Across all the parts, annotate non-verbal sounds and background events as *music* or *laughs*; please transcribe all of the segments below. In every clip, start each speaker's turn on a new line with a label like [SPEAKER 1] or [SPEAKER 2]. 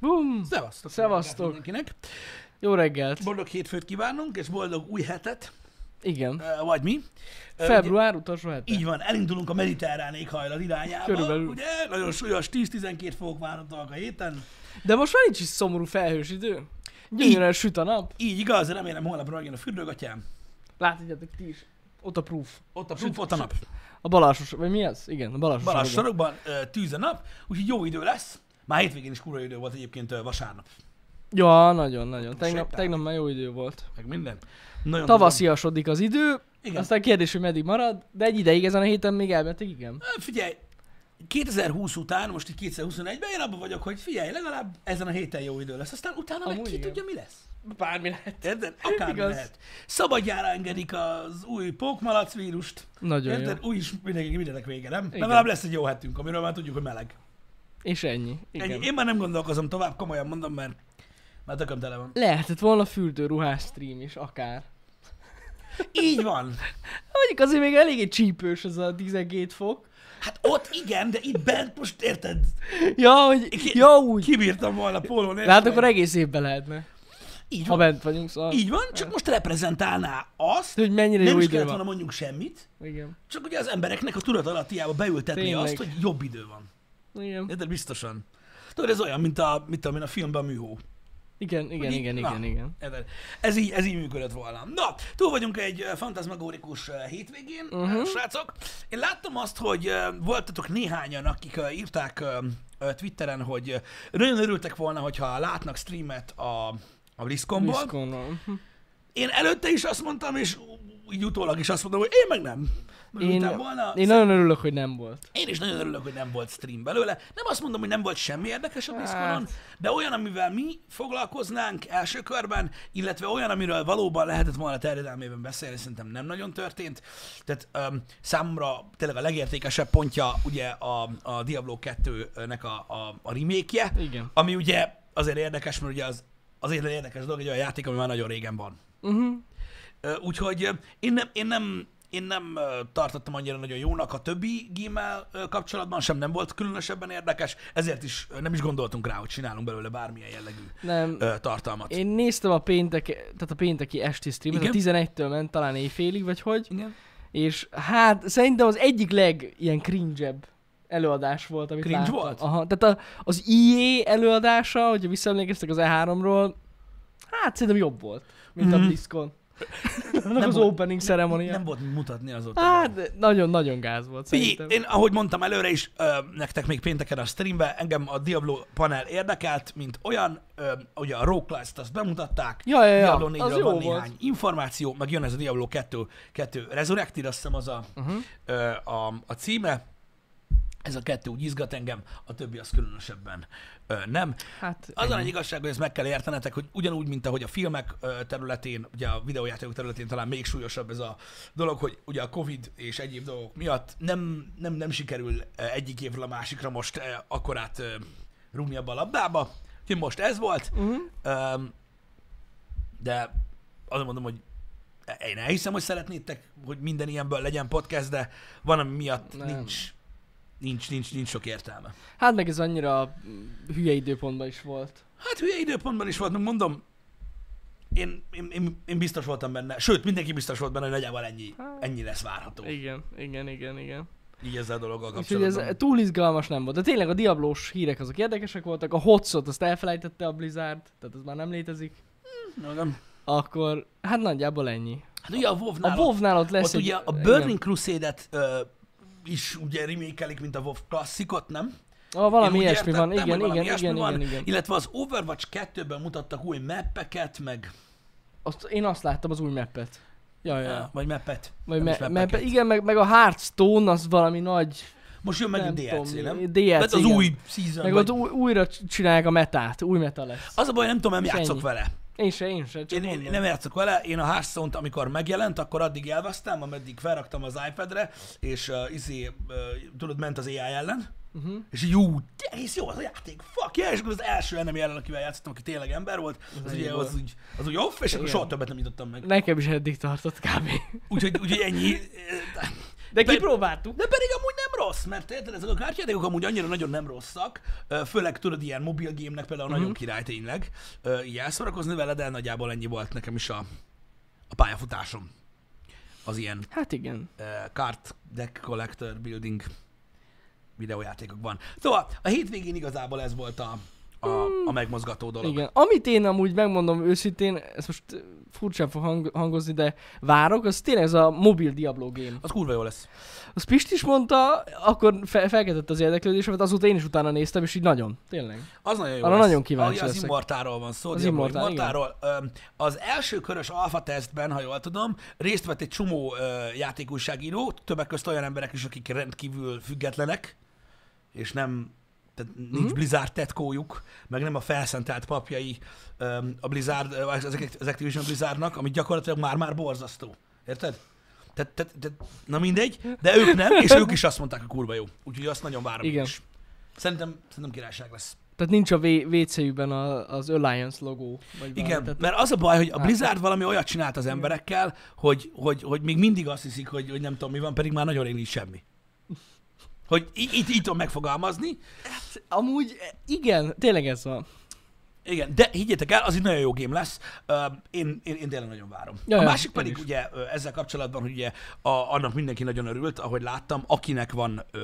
[SPEAKER 1] Bum!
[SPEAKER 2] Szevasztok!
[SPEAKER 1] Szevasztok.
[SPEAKER 2] Mindenkinek.
[SPEAKER 1] Jó reggelt!
[SPEAKER 2] Boldog hétfőt kívánunk, és boldog új hetet,
[SPEAKER 1] Igen.
[SPEAKER 2] ö, vagy mi. Ö, ugye-
[SPEAKER 1] Február utolsó hete.
[SPEAKER 2] Így van, elindulunk a mediterrán éghajlat irányába.
[SPEAKER 1] Körülbelül.
[SPEAKER 2] Ugye? Nagyon súlyos, 10-12 fok várhatóak a héten.
[SPEAKER 1] De most már nincs is szomorú felhős idő. Gyönyörűen süt a nap.
[SPEAKER 2] Így igaz, remélem holnapra megjön a fürdőgatyám.
[SPEAKER 1] Látjátok ti is. Ott a proof.
[SPEAKER 2] Ott a proof, ott a nap.
[SPEAKER 1] A balásos, vagy mi az? Igen, a balásos.
[SPEAKER 2] Balázs
[SPEAKER 1] sarokban.
[SPEAKER 2] sarokban ö, tűz a nap, úgyhogy jó idő lesz. Már hétvégén is kurva idő volt egyébként ö, vasárnap,
[SPEAKER 1] Ja, nagyon, nagyon. Tegnap,
[SPEAKER 2] sétálni.
[SPEAKER 1] tegnap már jó idő volt.
[SPEAKER 2] meg minden. Nagyon
[SPEAKER 1] Tavasziasodik az idő,
[SPEAKER 2] Igen.
[SPEAKER 1] aztán kérdés, hogy meddig marad, de egy ideig ezen a héten még elmetek, igen.
[SPEAKER 2] Ö, Figyelj, 2020 után, most itt 2021-ben én abban vagyok, hogy figyelj, legalább ezen a héten jó idő lesz, aztán utána meg
[SPEAKER 1] Amúgy
[SPEAKER 2] ki
[SPEAKER 1] igen.
[SPEAKER 2] tudja, mi lesz.
[SPEAKER 1] Bármi lehet.
[SPEAKER 2] Érted? Akár
[SPEAKER 1] *laughs* Igaz.
[SPEAKER 2] lehet. Szabadjára engedik az új pókmalac vírust.
[SPEAKER 1] Nagyon jó.
[SPEAKER 2] Érted? Úgy is mindenki mindenek vége, nem?
[SPEAKER 1] Igen.
[SPEAKER 2] Legalább lesz egy jó hetünk, amiről már tudjuk, hogy meleg.
[SPEAKER 1] És ennyi. Igen.
[SPEAKER 2] Ennyi. Én már nem gondolkozom tovább, komolyan mondom, mert már tököm tele
[SPEAKER 1] *laughs*
[SPEAKER 2] van.
[SPEAKER 1] Lehetett volna fürdőruhás stream is, akár.
[SPEAKER 2] Így van.
[SPEAKER 1] Mondjuk azért még eléggé csípős ez a 12 fok.
[SPEAKER 2] Hát ott igen, de itt bent most érted?
[SPEAKER 1] Ja, hogy,
[SPEAKER 2] Ki-
[SPEAKER 1] ja úgy.
[SPEAKER 2] Kibírtam volna póló nélkül.
[SPEAKER 1] Hát akkor egész évben lehetne,
[SPEAKER 2] Így
[SPEAKER 1] ha
[SPEAKER 2] van.
[SPEAKER 1] bent vagyunk, szóval.
[SPEAKER 2] Így van, csak most reprezentálná azt,
[SPEAKER 1] Hogy mennyire
[SPEAKER 2] nem
[SPEAKER 1] jó
[SPEAKER 2] is
[SPEAKER 1] idő
[SPEAKER 2] kellett volna
[SPEAKER 1] van.
[SPEAKER 2] mondjuk semmit,
[SPEAKER 1] Igen.
[SPEAKER 2] csak ugye az embereknek a tudatalattiába beültetni
[SPEAKER 1] Tényleg.
[SPEAKER 2] azt, hogy jobb idő van.
[SPEAKER 1] Igen,
[SPEAKER 2] Érted? Biztosan. Tudod, ez olyan, mint a, mint a, a filmben a műhó.
[SPEAKER 1] igen, igen,
[SPEAKER 2] Hogy így-
[SPEAKER 1] igen,
[SPEAKER 2] na.
[SPEAKER 1] igen, igen.
[SPEAKER 2] Érted? Ez így, ez így működött volna. Na, túl vagyunk egy ö, fantazmagórikus ö, hétvégén,
[SPEAKER 1] Mhm.
[SPEAKER 2] uh-huh. srácok. Én láttam azt, hogy ö, voltatok néhányan, akik ö, írták ö, ö, Twitteren, hogy ö, nagyon örültek volna, hogyha látnak streamet a, a BlizzConból.
[SPEAKER 1] Blizzconon.
[SPEAKER 2] Én előtte is azt mondtam, és ú- így utólag is azt mondom, hogy én meg nem.
[SPEAKER 1] Én,
[SPEAKER 2] Örültem volna.
[SPEAKER 1] én nagyon örülök, hogy nem volt.
[SPEAKER 2] Én is nagyon örülök, hogy nem volt stream belőle. Nem azt mondom, hogy nem volt semmi érdekes a Blizzconon, de olyan, amivel mi foglalkoznánk első körben, illetve olyan, amiről valóban lehetett volna terjedelmében beszélni, szerintem nem nagyon történt. Tehát um, számomra tényleg a legértékesebb pontja ugye a, a Diablo 2-nek a, a, a remake
[SPEAKER 1] Igen.
[SPEAKER 2] ami ugye azért érdekes, mert ugye az azért érdekes dolog, egy olyan játék, ami már nagyon régen van. Mhm.
[SPEAKER 1] Uh-huh.
[SPEAKER 2] Ö, Úgyhogy ö, én nem, én nem, én nem ö, tartottam annyira nagyon jónak a többi gémmel ö, kapcsolatban, sem nem volt különösebben érdekes, ezért is ö, nem is gondoltunk rá, hogy csinálunk belőle bármilyen jellegű
[SPEAKER 1] Nem.
[SPEAKER 2] ö, tartalmat.
[SPEAKER 1] Én néztem a péntek, tehát a pénteki esti streamet, a
[SPEAKER 2] Igen.
[SPEAKER 1] 11-től ment talán éjfélig, vagy hogy,
[SPEAKER 2] Igen.
[SPEAKER 1] és hát szerintem az egyik leg ilyen cringe-ebb előadás volt, amit
[SPEAKER 2] Cringe
[SPEAKER 1] láttam.
[SPEAKER 2] volt?
[SPEAKER 1] Aha, tehát a, az EA előadása, hogyha visszaemlékeztek az E3-ról, hát szerintem jobb volt, mint mm-hmm. a
[SPEAKER 2] Mhm. *laughs*
[SPEAKER 1] BlizzCon. Annak
[SPEAKER 2] Nem
[SPEAKER 1] az
[SPEAKER 2] volt-
[SPEAKER 1] opening ceremony.
[SPEAKER 2] Nem volt mit mutatni azóta.
[SPEAKER 1] Hát, de nagyon-nagyon gáz volt
[SPEAKER 2] Figyelj,
[SPEAKER 1] szerintem.
[SPEAKER 2] én ahogy mondtam előre is, ö, nektek még pénteken a streamben, engem a Diablo panel érdekelt, mint olyan, ö, ugye a Rogue Class-t azt bemutatták,
[SPEAKER 1] Ja, ja, ja,
[SPEAKER 2] Diablo
[SPEAKER 1] az
[SPEAKER 2] 4 van
[SPEAKER 1] jó volt.
[SPEAKER 2] néhány információ, meg jön ez a Diablo 2, 2 Resurrected, azt hiszem az a,
[SPEAKER 1] Mhm.
[SPEAKER 2] uh-huh. ö, a, a címe. Ez a kettő úgy izgat engem, a többi az különösebben ö, nem.
[SPEAKER 1] Hát,
[SPEAKER 2] Az a nagy igazság, hogy ezt meg kell értenetek, hogy ugyanúgy, mint ahogy a filmek ö, területén, ugye a videójátékok területén talán még súlyosabb ez a dolog, hogy ugye a Covid és egyéb dolgok miatt nem, nem, nem sikerül ö, egyik évről a másikra most ö, akkorát ö, rúgni abba a labdába. Úgyhogy most ez volt,
[SPEAKER 1] Mhm.
[SPEAKER 2] ö, de azt mondom, hogy e-, én elhiszem, hogy szeretnétek, hogy minden ilyenből legyen podcast, de van, ami miatt
[SPEAKER 1] Nem.
[SPEAKER 2] nincs, nincs, nincs, nincs sok értelme.
[SPEAKER 1] hát meg ez annyira mm, hülye időpontban is volt.
[SPEAKER 2] Hát hülye időpontban is voltunk, mondom. Én, én, én, én biztos voltam benne, sőt, mindenki biztos volt benne, hogy nagyjából ennyi, ennyi lesz várható.
[SPEAKER 1] Igen, igen, igen, igen.
[SPEAKER 2] Így ezzel a dologgal
[SPEAKER 1] Úgyhogy
[SPEAKER 2] kapcsolatban.
[SPEAKER 1] ez túl izgalmas nem volt. De tényleg a diablós hírek azok érdekesek voltak. A hotszot azt elfelejtette a Blizzard, tehát az már nem létezik.
[SPEAKER 2] Magam.
[SPEAKER 1] Akkor hát nagyjából ennyi.
[SPEAKER 2] Hát ugye a WoW-nál,
[SPEAKER 1] A WoW-nál ott lesz
[SPEAKER 2] ott ugye a Burning Crusade-et ö, is ugye remékelik, mint a WoW klasszikot, nem?
[SPEAKER 1] igen. A, Ah, valami
[SPEAKER 2] Én úgy
[SPEAKER 1] ilyesmi van,
[SPEAKER 2] értettem,
[SPEAKER 1] igen,
[SPEAKER 2] hogy
[SPEAKER 1] igen,
[SPEAKER 2] valami ilyesmi
[SPEAKER 1] igen,
[SPEAKER 2] van,
[SPEAKER 1] igen, igen.
[SPEAKER 2] Illetve az Overwatch 2-ben mutattak új meppeket, meg...
[SPEAKER 1] Azt, én azt láttam az új mappet. Ja, ja,
[SPEAKER 2] Ja.
[SPEAKER 1] ja.
[SPEAKER 2] Vagy meppet.
[SPEAKER 1] Vagy
[SPEAKER 2] Nem is
[SPEAKER 1] me-
[SPEAKER 2] meppeket.
[SPEAKER 1] map, igen, meg, meg a Hearthstone az valami nagy,
[SPEAKER 2] Most jön megint
[SPEAKER 1] nem
[SPEAKER 2] DLC,
[SPEAKER 1] tudom,
[SPEAKER 2] nem?
[SPEAKER 1] mi-
[SPEAKER 2] Tehát
[SPEAKER 1] DLC,
[SPEAKER 2] az
[SPEAKER 1] igen.
[SPEAKER 2] új season.
[SPEAKER 1] Meg
[SPEAKER 2] vagy-
[SPEAKER 1] ott új, újra c- csinálják a metát, új meta lesz.
[SPEAKER 2] Az a baj, nem tudom, nem
[SPEAKER 1] És
[SPEAKER 2] játszok
[SPEAKER 1] ennyi.
[SPEAKER 2] vele.
[SPEAKER 1] Én se, én se, csak
[SPEAKER 2] Én, én, én nem játszok vele, én a hearthstone amikor megjelent, akkor addig elvesztem, ameddig felraktam az iPad-re, és uh, izé, uh, tudod, ment az AI ellen,
[SPEAKER 1] Uh-huh.
[SPEAKER 2] és így jó, egész jó az a játék, fuck yeah, és akkor az első nem ellen, akivel játszottam, aki tényleg ember volt, az,
[SPEAKER 1] ennyi
[SPEAKER 2] ugye,
[SPEAKER 1] volt.
[SPEAKER 2] az, úgy, az úgy off, és akkor
[SPEAKER 1] Igen.
[SPEAKER 2] soha többet nem nyitottam meg.
[SPEAKER 1] Nekem is eddig tartott kb. *laughs*
[SPEAKER 2] Úgyhogy, úgyhogy ennyi.
[SPEAKER 1] De kipróbáltuk.
[SPEAKER 2] De pedig amúgy nem rossz, mert érted, ezek a kártyajátékok amúgy annyira nagyon nem rosszak, ö, főleg tudod, ilyen mobil game-nek például nagyon király tényleg, ö, így elszórakozni vele, de nagyjából ennyi volt nekem is a, a pályafutásom. Az ilyen
[SPEAKER 1] Hát igen.
[SPEAKER 2] uh, Cart Deck Collector Building videójátékokban. Szóval a hétvégén igazából ez volt a, a, a megmozgató dolog.
[SPEAKER 1] Igen. Amit én amúgy megmondom őszintén, ez most ö, furcsán fog hang- hangozni, de várok, az tényleg ez a mobil Diablo game.
[SPEAKER 2] Az kurva jó lesz.
[SPEAKER 1] Azt Pist is mondta, akkor fe- felkeltett az érdeklődésemet, azóta én is utána néztem, és így nagyon, tényleg.
[SPEAKER 2] Az nagyon jó
[SPEAKER 1] Arra
[SPEAKER 2] lesz.
[SPEAKER 1] nagyon kíváncsi
[SPEAKER 2] Ahogy Az
[SPEAKER 1] leszek.
[SPEAKER 2] Immortáról van szó,
[SPEAKER 1] Az
[SPEAKER 2] az Immortál,
[SPEAKER 1] Immortál,
[SPEAKER 2] Immortáról. Öm, Az első körös alfa tesztben, ha jól tudom, részt vett egy csomó ö, játékújságíró, többek között olyan emberek is, akik rendkívül függetlenek, és nem tehát nincs
[SPEAKER 1] Mhm.
[SPEAKER 2] mm-hmm. Blizzard tetkójuk, meg nem a felszentelt papjai öm, a Blizzard, ö, az, az Activision Blizzardnak, ami gyakorlatilag már-már borzasztó. Érted? Tehát, tehát, tehát, na mindegy, de ők nem, és ők is azt mondták, hogy kurva jó. Úgyhogy azt nagyon várom Igen.
[SPEAKER 1] Igen.
[SPEAKER 2] is. Szerintem, szerintem királyság lesz.
[SPEAKER 1] Tehát nincs a v- WC-jükben a- az Alliance logó. Vagy valami,
[SPEAKER 2] Igen,
[SPEAKER 1] tehát
[SPEAKER 2] mert az a baj, hogy a Blizzard valami olyat csinált az emberekkel, hogy, hogy, hogy még mindig azt hiszik, hogy, hogy nem tudom mi van, pedig már nagyon rég nincs semmi. Hogy í- így, így tudom megfogalmazni.
[SPEAKER 1] Amúgy eh, igen, tényleg ez van.
[SPEAKER 2] Igen, de higgyétek el, az egy nagyon jó game lesz. Ö, Én, én, én tényleg nagyon várom.
[SPEAKER 1] Ja,
[SPEAKER 2] a
[SPEAKER 1] ja,
[SPEAKER 2] másik
[SPEAKER 1] én
[SPEAKER 2] pedig
[SPEAKER 1] is.
[SPEAKER 2] ugye ö, ezzel kapcsolatban, hogy ugye a, annak mindenki nagyon örült, ahogy láttam, akinek van ö,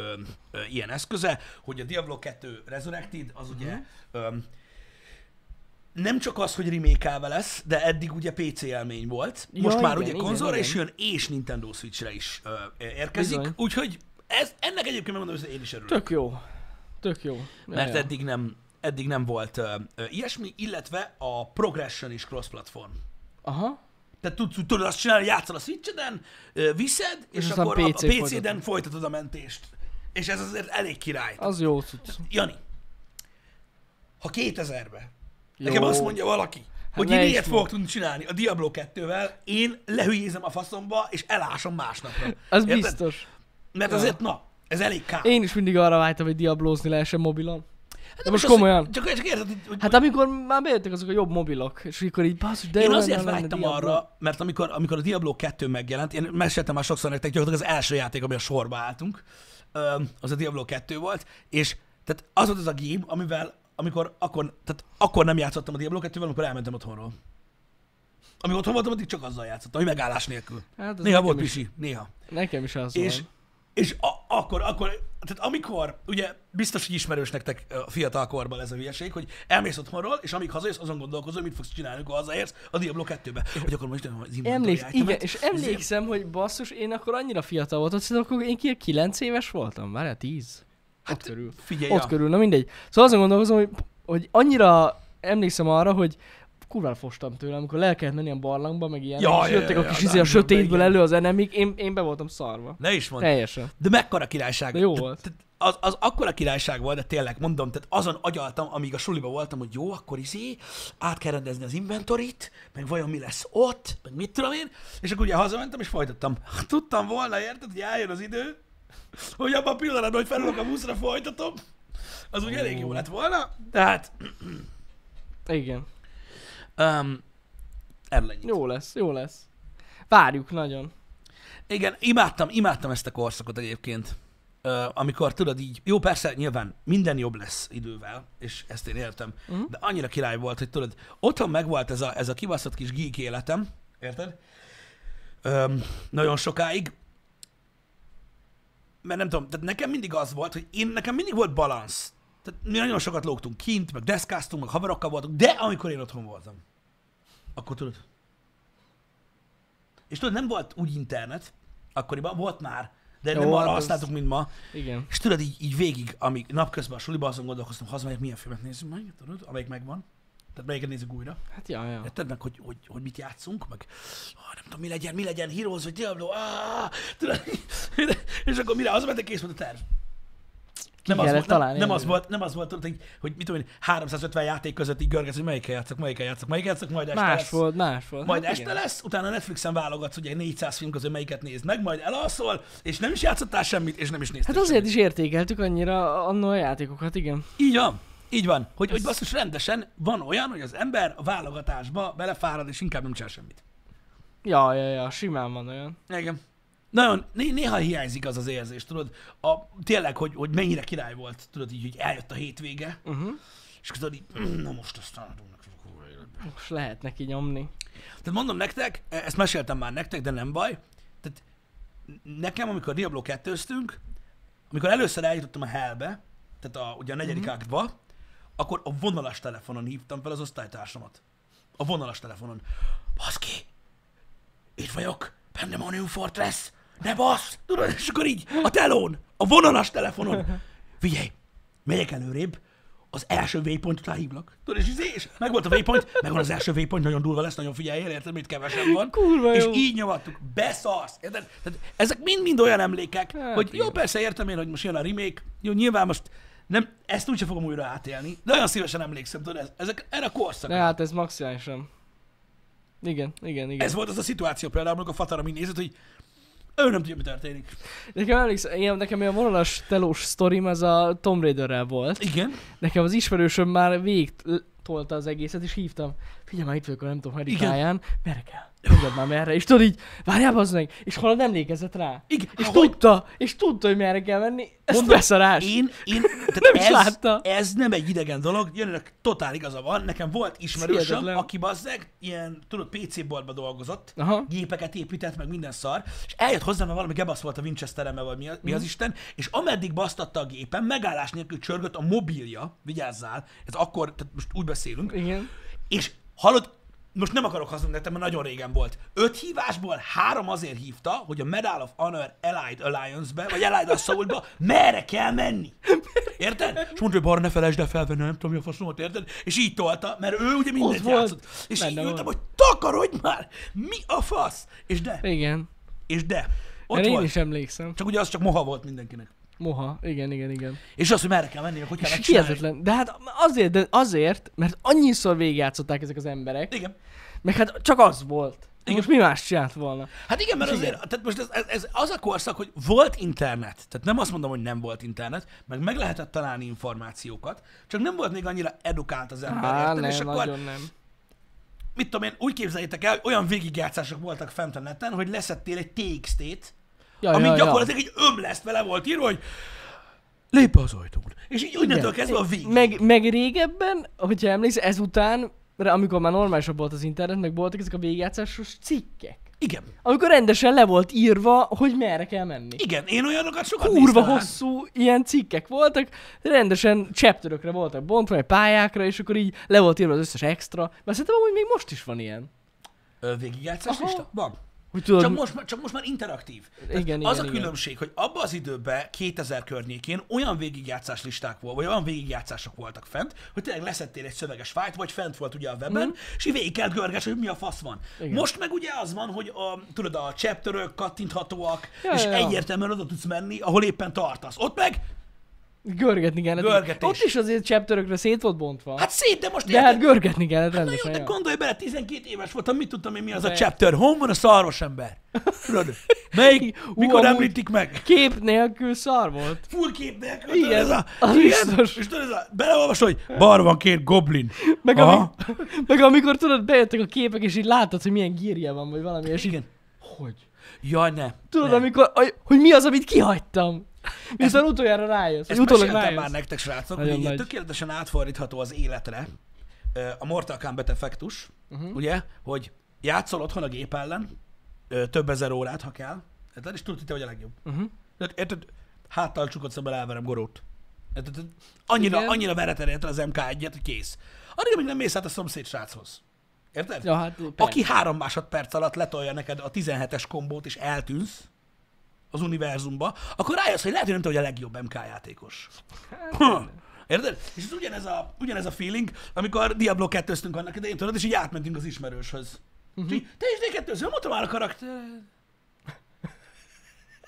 [SPEAKER 2] ö, ilyen eszköze, hogy a Diablo 2 Resurrected, az ugye
[SPEAKER 1] Mhm.
[SPEAKER 2] ö, nem csak az, hogy remake lesz, de eddig ugye PC élmény volt, most
[SPEAKER 1] Ja,
[SPEAKER 2] már
[SPEAKER 1] igen,
[SPEAKER 2] ugye
[SPEAKER 1] igen,
[SPEAKER 2] konzolra
[SPEAKER 1] igen.
[SPEAKER 2] is jön, és Nintendo Switch-re is ö, érkezik,
[SPEAKER 1] Bizony.
[SPEAKER 2] úgyhogy ez, ennek egyébként megmondom, hogy én is örülök
[SPEAKER 1] Tök jó. Tök jó. Ja,
[SPEAKER 2] mert
[SPEAKER 1] ja.
[SPEAKER 2] eddig nem, eddig nem volt ö, ö, ilyesmi, illetve a progression is cross-platform.
[SPEAKER 1] Aha.
[SPEAKER 2] Tehát tudsz, úgy tudod azt csinálni, hogy játszol a switch viszed, és, és
[SPEAKER 1] aztán
[SPEAKER 2] akkor a, a
[SPEAKER 1] PC
[SPEAKER 2] PC-den
[SPEAKER 1] folytatod.
[SPEAKER 2] folytatod a mentést. És ez azért elég király.
[SPEAKER 1] Az jó cucc.
[SPEAKER 2] Jani, ha 2000-be
[SPEAKER 1] Jó. Hát
[SPEAKER 2] nekem azt mondja valaki, hogy
[SPEAKER 1] ne
[SPEAKER 2] én
[SPEAKER 1] is
[SPEAKER 2] ilyet
[SPEAKER 1] mond.
[SPEAKER 2] fogok tudni csinálni a Diablo 2-vel, én lehülyézem a faszomba, és elásom másnapra.
[SPEAKER 1] Az
[SPEAKER 2] Érted?
[SPEAKER 1] biztos.
[SPEAKER 2] Mert
[SPEAKER 1] Ja.
[SPEAKER 2] azért, na, ez elég kár.
[SPEAKER 1] Én is mindig arra vágytam, hogy diablózni lehessen mobilon.
[SPEAKER 2] Hát
[SPEAKER 1] de
[SPEAKER 2] nem is
[SPEAKER 1] most
[SPEAKER 2] az, hogy-
[SPEAKER 1] komolyan.
[SPEAKER 2] Csak, csak érted, hogy- hogy
[SPEAKER 1] Hát amikor már bejöttek azok a jobb mobilok, és akkor így basszus, de
[SPEAKER 2] Én
[SPEAKER 1] jó
[SPEAKER 2] azért
[SPEAKER 1] lenne, lenne
[SPEAKER 2] vágytam
[SPEAKER 1] Diablo.
[SPEAKER 2] arra, mert amikor, amikor a Diablo 2 megjelent, én meséltem már sokszor nektek, gyakorlatilag az első játék, ami a sorba álltunk, öm, az a Diablo 2 volt, és tehát az volt az a game, amivel amikor, akkor, tehát akkor nem játszottam a Diablo 2-vel, amikor elmentem otthonról. Amíg otthon voltam, addig csak azzal játszottam, hogy megállás nélkül.
[SPEAKER 1] Hát ez
[SPEAKER 2] néha
[SPEAKER 1] nekem
[SPEAKER 2] volt
[SPEAKER 1] is.
[SPEAKER 2] pisi, néha.
[SPEAKER 1] Nekem is az
[SPEAKER 2] És,
[SPEAKER 1] van.
[SPEAKER 2] és a, akkor, akkor, tehát amikor, ugye biztos, hogy ismerős nektek ö, a fiatal korban ez a hülyeség, hogy elmész otthonról, és amíg hazajössz, azon gondolkozol, mit fogsz csinálni, amikor hazaérsz a Diablo 2-be. Hogy akkor most az
[SPEAKER 1] Emléksz,
[SPEAKER 2] inventóriájtemet-
[SPEAKER 1] igen, és emlékszem, hogy basszus, én akkor annyira fiatal voltam, szerintem akkor én ki 9 éves voltam, várjál, 10? Hát, ott körül.
[SPEAKER 2] Figyelj,
[SPEAKER 1] Ott
[SPEAKER 2] ja.
[SPEAKER 1] körül, na mindegy. Szóval azon gondolkozom, hogy, hogy annyira emlékszem arra, hogy kurvára fostam tőle, amikor le kellett menni a barlangba, meg ilyen,
[SPEAKER 2] Ja,
[SPEAKER 1] és
[SPEAKER 2] ja, ja,
[SPEAKER 1] jöttek
[SPEAKER 2] ja,
[SPEAKER 1] a kis
[SPEAKER 2] ja,
[SPEAKER 1] izé a
[SPEAKER 2] nem,
[SPEAKER 1] sötétből
[SPEAKER 2] igen.
[SPEAKER 1] elő az enemik, én, én be voltam szarva.
[SPEAKER 2] Ne is mondd.
[SPEAKER 1] Teljesen.
[SPEAKER 2] De mekkora királyság.
[SPEAKER 1] De jó
[SPEAKER 2] Te-
[SPEAKER 1] volt.
[SPEAKER 2] te- Az, az akkora királyság volt, de tényleg mondom, tehát azon agyaltam, amíg a suliba voltam, hogy jó, akkor izé, át kell rendezni az inventorit, meg vajon mi lesz ott, meg mit tudom én, és akkor ugye hazamentem, és folytattam. *laughs* Tudtam volna, érted, hogy eljön az idő, hogy abban a pillanatban, hogy felülök a buszra, folytatom, az úgy elég jó lett volna, de hát
[SPEAKER 1] Igen.
[SPEAKER 2] um, erről ennyit.
[SPEAKER 1] Jó lesz, jó lesz. Várjuk nagyon.
[SPEAKER 2] Igen, imádtam, imádtam ezt a korszakot egyébként. Ö, amikor tudod így, jó persze, nyilván minden jobb lesz idővel, és ezt én értem, uh-huh. de annyira király volt, hogy tudod, otthon megvolt ez a, ez a kibaszott kis geek életem, érted? Öm, nagyon sokáig, mert nem tudom, tehát nekem mindig az volt, hogy én, nekem mindig volt balansz. Tehát mi nagyon sokat lógtunk kint, meg deszkáztunk, meg haverokkal voltunk, de amikor én otthon voltam, akkor tudod, és tudod, nem volt úgy internet, akkoriban volt már, de
[SPEAKER 1] Jó,
[SPEAKER 2] nem arra
[SPEAKER 1] hát az-
[SPEAKER 2] használtuk, mint ma.
[SPEAKER 1] Igen.
[SPEAKER 2] És tudod, így, így végig, amíg napközben a suliba azon gondolkoztam, hazamegyek, milyen filmet nézzünk meg, tudod, amelyik megvan. Tehát melyiket nézzük újra.
[SPEAKER 1] Hát ja, ja.
[SPEAKER 2] Érted meg, hogy, hogy, hogy mit játszunk, meg ah, nem tudom, mi legyen, mi legyen, Heroes vagy Diablo, ah, tudod, *laughs* és akkor mire hazamentek, kész volt a terv. Nem az,
[SPEAKER 1] kellett
[SPEAKER 2] volt, nem,
[SPEAKER 1] találni
[SPEAKER 2] nem, az
[SPEAKER 1] előre.
[SPEAKER 2] volt, nem az volt, tudod, hogy, hogy mit tudom én, 350 játék között így görgetsz, hogy melyikkel játszok, melyikkel játszok, melyikkel játszok, majd este
[SPEAKER 1] Más
[SPEAKER 2] lesz.
[SPEAKER 1] volt, más volt.
[SPEAKER 2] Majd
[SPEAKER 1] hát
[SPEAKER 2] este
[SPEAKER 1] igen.
[SPEAKER 2] lesz, utána Netflixen válogatsz, ugye 400 film közül melyiket nézd meg, majd elalszol, és nem is játszottál semmit, és nem is néztél
[SPEAKER 1] Hát azért
[SPEAKER 2] semmit.
[SPEAKER 1] is értékeltük annyira annó a játékokat, igen.
[SPEAKER 2] Így van. Így van, hogy, hogy basszus rendesen van olyan, hogy az ember a válogatásba belefárad, és inkább nem csinál semmit.
[SPEAKER 1] Ja, ja, ja, simán van olyan.
[SPEAKER 2] Igen. Nagyon, né- néha hiányzik az az érzés, tudod, a, tényleg, hogy, hogy mennyire király volt, tudod, így, hogy eljött a hétvége, uh-huh. és tudod így, "Mm, na most aztán adunk a kurva életbe.
[SPEAKER 1] Most lehet neki nyomni.
[SPEAKER 2] Tehát mondom nektek, e- ezt meséltem már nektek, de nem baj. Tehát nekem, amikor Diablo 2 amikor először eljutottam a Hellbe, tehát a, ugye a negyedik
[SPEAKER 1] Mhm.
[SPEAKER 2] mm-hmm. áktba, akkor a vonalas telefonon hívtam fel az osztálytársamat. A vonalas telefonon. Baszki, itt vagyok, benne van a New Fortress, ne basz! Tudod, és akkor így, a telón, a vonalas telefonon. Figyelj, megyek előrébb, az első waypoint után hívlak. Tudod, és, izé, és meg volt a waypoint, meg van az első waypoint, nagyon durva lesz, nagyon figyelj, el, érted, mit kevesen van.
[SPEAKER 1] Kurva
[SPEAKER 2] és
[SPEAKER 1] jó.
[SPEAKER 2] így nyomattuk, beszarsz. Érted? Tehát ezek mind-mind olyan emlékek,
[SPEAKER 1] Hát
[SPEAKER 2] hogy jó,
[SPEAKER 1] igen.
[SPEAKER 2] persze értem én, hogy most jön a remake, jó, nyilván most nem, ezt úgyse fogom újra átélni, de olyan szívesen emlékszem, tudod, ez, ezek, erre a korszak.
[SPEAKER 1] De hát ez maximálisan. Igen, igen, igen.
[SPEAKER 2] Ez volt az a szituáció például, amikor a Fatara mind nézett, hogy ő nem tudja, mi történik.
[SPEAKER 1] Nekem emlékszem, ilyen, nekem ilyen vonalas telós sztorim ez a Tomb Raiderrel volt.
[SPEAKER 2] Igen.
[SPEAKER 1] Nekem az ismerősöm már végig l- tolta az egészet, és hívtam. Figyelj már, itt vagyok, a nem tudom, Harry
[SPEAKER 2] Igen.
[SPEAKER 1] pályán. Merre kell? Tudod már merre. És tudod így, várjál az meg. És holnap emlékezett rá.
[SPEAKER 2] Igen.
[SPEAKER 1] És
[SPEAKER 2] Há, hogy-
[SPEAKER 1] tudta, és tudta, hogy merre kell menni. Ez
[SPEAKER 2] Mondom,
[SPEAKER 1] beszarás.
[SPEAKER 2] Én,
[SPEAKER 1] *laughs*
[SPEAKER 2] én,
[SPEAKER 1] Nem is
[SPEAKER 2] ez,
[SPEAKER 1] látta.
[SPEAKER 2] ez nem egy idegen dolog, jönnek totál igaza van. Nekem volt ismerősöm,
[SPEAKER 1] hihetetlen.
[SPEAKER 2] aki bazzeg, ilyen, tudod, PC boltba dolgozott,
[SPEAKER 1] Aha.
[SPEAKER 2] gépeket épített, meg minden szar, és eljött hozzám, mert valami gebasz volt a Winchestereme, vagy mi, a-
[SPEAKER 1] Mhm.
[SPEAKER 2] mi az Isten, és ameddig basztatta a gépen, megállás nélkül csörgött a mobilja, vigyázzál, ez akkor, tehát most úgy beszélünk,
[SPEAKER 1] Igen.
[SPEAKER 2] és hallod, most nem akarok hazudni nektek, mert nagyon régen volt. Öt hívásból három azért hívta, hogy a Medal of Honor Allied Alliance-be, vagy Allied Assault-ba merre kell menni. Érted? És mondta, hogy bar, ne felejtsd el felvenni, nem tudom, mi a faszomat, érted? És így tolta, mert ő ugye mindent
[SPEAKER 1] Ott volt.
[SPEAKER 2] játszott. És így
[SPEAKER 1] Benne
[SPEAKER 2] ültem,
[SPEAKER 1] volt.
[SPEAKER 2] hogy takarodj már! Mi a fasz? És de,
[SPEAKER 1] Igen.
[SPEAKER 2] és de. Ott
[SPEAKER 1] Erre én
[SPEAKER 2] volt.
[SPEAKER 1] is emlékszem.
[SPEAKER 2] Csak ugye az csak moha volt mindenkinek.
[SPEAKER 1] Moha. Igen, igen, igen.
[SPEAKER 2] És az, hogy merre kell menni, meg hogy kell
[SPEAKER 1] És
[SPEAKER 2] megcsinálni.
[SPEAKER 1] hihetetlen. De hát azért, de azért, mert annyiszor végigjátszották ezek az emberek,
[SPEAKER 2] Igen.
[SPEAKER 1] meg hát csak az volt.
[SPEAKER 2] Igen.
[SPEAKER 1] Igen. Most mi más csinált volna?
[SPEAKER 2] Hát igen, mert azért, tehát most ez, ez, ez az a korszak, hogy volt internet, tehát nem azt mondom, hogy nem volt internet, meg meg lehetett találni információkat, csak nem volt még annyira edukált az ember,
[SPEAKER 1] Á,
[SPEAKER 2] érted?
[SPEAKER 1] nem,
[SPEAKER 2] és akkor,
[SPEAKER 1] nagyon nem.
[SPEAKER 2] mit tudom én, úgy képzeljétek el, olyan végigjátszások voltak fent a neten, hogy leszettél egy TXT-t,
[SPEAKER 1] Ja,
[SPEAKER 2] ami
[SPEAKER 1] ja, ja.
[SPEAKER 2] gyakorlatilag egy ömleszt vele volt írva, hogy lép be az ajtón. És így onnantól
[SPEAKER 1] Igen.
[SPEAKER 2] kezdve a végig.
[SPEAKER 1] Meg, meg régebben, hogyha emlékszel, ezután, rá- amikor már normálisabb volt az internet, meg voltak ezek a végigjátszásos cikkek.
[SPEAKER 2] Igen.
[SPEAKER 1] Amikor rendesen le volt írva, hogy merre kell menni.
[SPEAKER 2] Igen, én olyanokat sokat
[SPEAKER 1] Kurva
[SPEAKER 2] át.
[SPEAKER 1] hosszú ilyen cikkek voltak, rendesen chapterökre voltak bontva, vagy pályákra, és akkor így le volt írva az összes extra. Mert szerintem amúgy még most is van ilyen.
[SPEAKER 2] Ö, Végigjátszás
[SPEAKER 1] Aha.
[SPEAKER 2] lista? Van.
[SPEAKER 1] Hogy tudod,
[SPEAKER 2] Csak most, már- csak most már interaktív. Tehát
[SPEAKER 1] Igen,
[SPEAKER 2] az
[SPEAKER 1] igen,
[SPEAKER 2] a
[SPEAKER 1] igen.
[SPEAKER 2] különbség, hogy abban az időben, 2000 környékén olyan végigjátszás listák volt, vagy olyan végigjátszások voltak fent, hogy tényleg leszettél egy szöveges fájt, vagy fent volt ugye a webben, mm. és így végig kellett görges, hogy mi a fasz van. Igen.
[SPEAKER 1] Mhm. Igen.
[SPEAKER 2] Most meg ugye az van, hogy a, tudod, a chapterök kattinthatóak, ja,
[SPEAKER 1] Ja,
[SPEAKER 2] és ja.
[SPEAKER 1] ja, ja.
[SPEAKER 2] egyértelműen oda tudsz menni, ahol éppen tartasz. Ott meg,
[SPEAKER 1] görgetni kellett.
[SPEAKER 2] Görgetés.
[SPEAKER 1] Ott is azért chapterökre szét volt bontva.
[SPEAKER 2] hát szép, de most
[SPEAKER 1] de
[SPEAKER 2] érted,
[SPEAKER 1] hát görgetni kellett
[SPEAKER 2] Na jó,
[SPEAKER 1] rendesen.
[SPEAKER 2] de
[SPEAKER 1] ja.
[SPEAKER 2] gondolj bele, 12 éves voltam, mit tudtam én, mi az a
[SPEAKER 1] De-
[SPEAKER 2] chapter? Hon van a szarvas ember? Tudod,
[SPEAKER 1] *laughs*
[SPEAKER 2] melyik,
[SPEAKER 1] Hú,
[SPEAKER 2] mikor
[SPEAKER 1] amúgy-
[SPEAKER 2] említik meg?
[SPEAKER 1] Kép nélkül szar volt.
[SPEAKER 2] full kép nélkül,
[SPEAKER 1] Igen,
[SPEAKER 2] tudod, ez a,
[SPEAKER 1] az
[SPEAKER 2] igen,
[SPEAKER 1] biztos.
[SPEAKER 2] és tudod, ez a, beleolvasol, hogy bar van két goblin.
[SPEAKER 1] Meg,
[SPEAKER 2] Aha.
[SPEAKER 1] ami, *laughs* meg amikor tudod, bejöttek a képek, és így láttad, hogy milyen gírja van, vagy valami, és így,
[SPEAKER 2] Igen.
[SPEAKER 1] hogy?
[SPEAKER 2] Jaj, ne.
[SPEAKER 1] Tudod,
[SPEAKER 2] ne.
[SPEAKER 1] amikor, aj- hogy mi az, amit kihagytam. Miután utoljára rájössz, vagy
[SPEAKER 2] Ezt
[SPEAKER 1] utólag
[SPEAKER 2] meséltem
[SPEAKER 1] rájössz.
[SPEAKER 2] már nektek, srácok, hogy
[SPEAKER 1] Nagyon
[SPEAKER 2] ugye
[SPEAKER 1] nagy.
[SPEAKER 2] tökéletesen átfordítható az életre ö, a Mortal Kombat effektus,
[SPEAKER 1] Mhm.
[SPEAKER 2] uh-huh. ugye, hogy játszol otthon a gép ellen, ö, több ezer órát, ha kell, érted, és tudod, hogy te vagy a legjobb.
[SPEAKER 1] Mhm.
[SPEAKER 2] Uh-huh. Érted, háttal csukott szemben elverem gorót. Érted, tehát annyira,
[SPEAKER 1] Igen.
[SPEAKER 2] annyira vereted érted az MK1-et, hogy kész. Addig, amíg nem mész át a szomszéd sráchoz. Érted?
[SPEAKER 1] Ja, hát,
[SPEAKER 2] Aki három másodperc alatt letolja neked a 17-es kombót, és eltűnsz az univerzumba, akkor rájössz, hogy lehet, hogy nem te vagy a legjobb MK játékos.
[SPEAKER 1] Hát,
[SPEAKER 2] Hm. Érted? És ez ugyanez a, ugyanez a feeling, amikor Diablo 2 annak idején, tudod, és így átmentünk az ismerőshöz.
[SPEAKER 1] Mhm.
[SPEAKER 2] Uh-huh. Így, te is D2-zöl, mondtam már a karakter.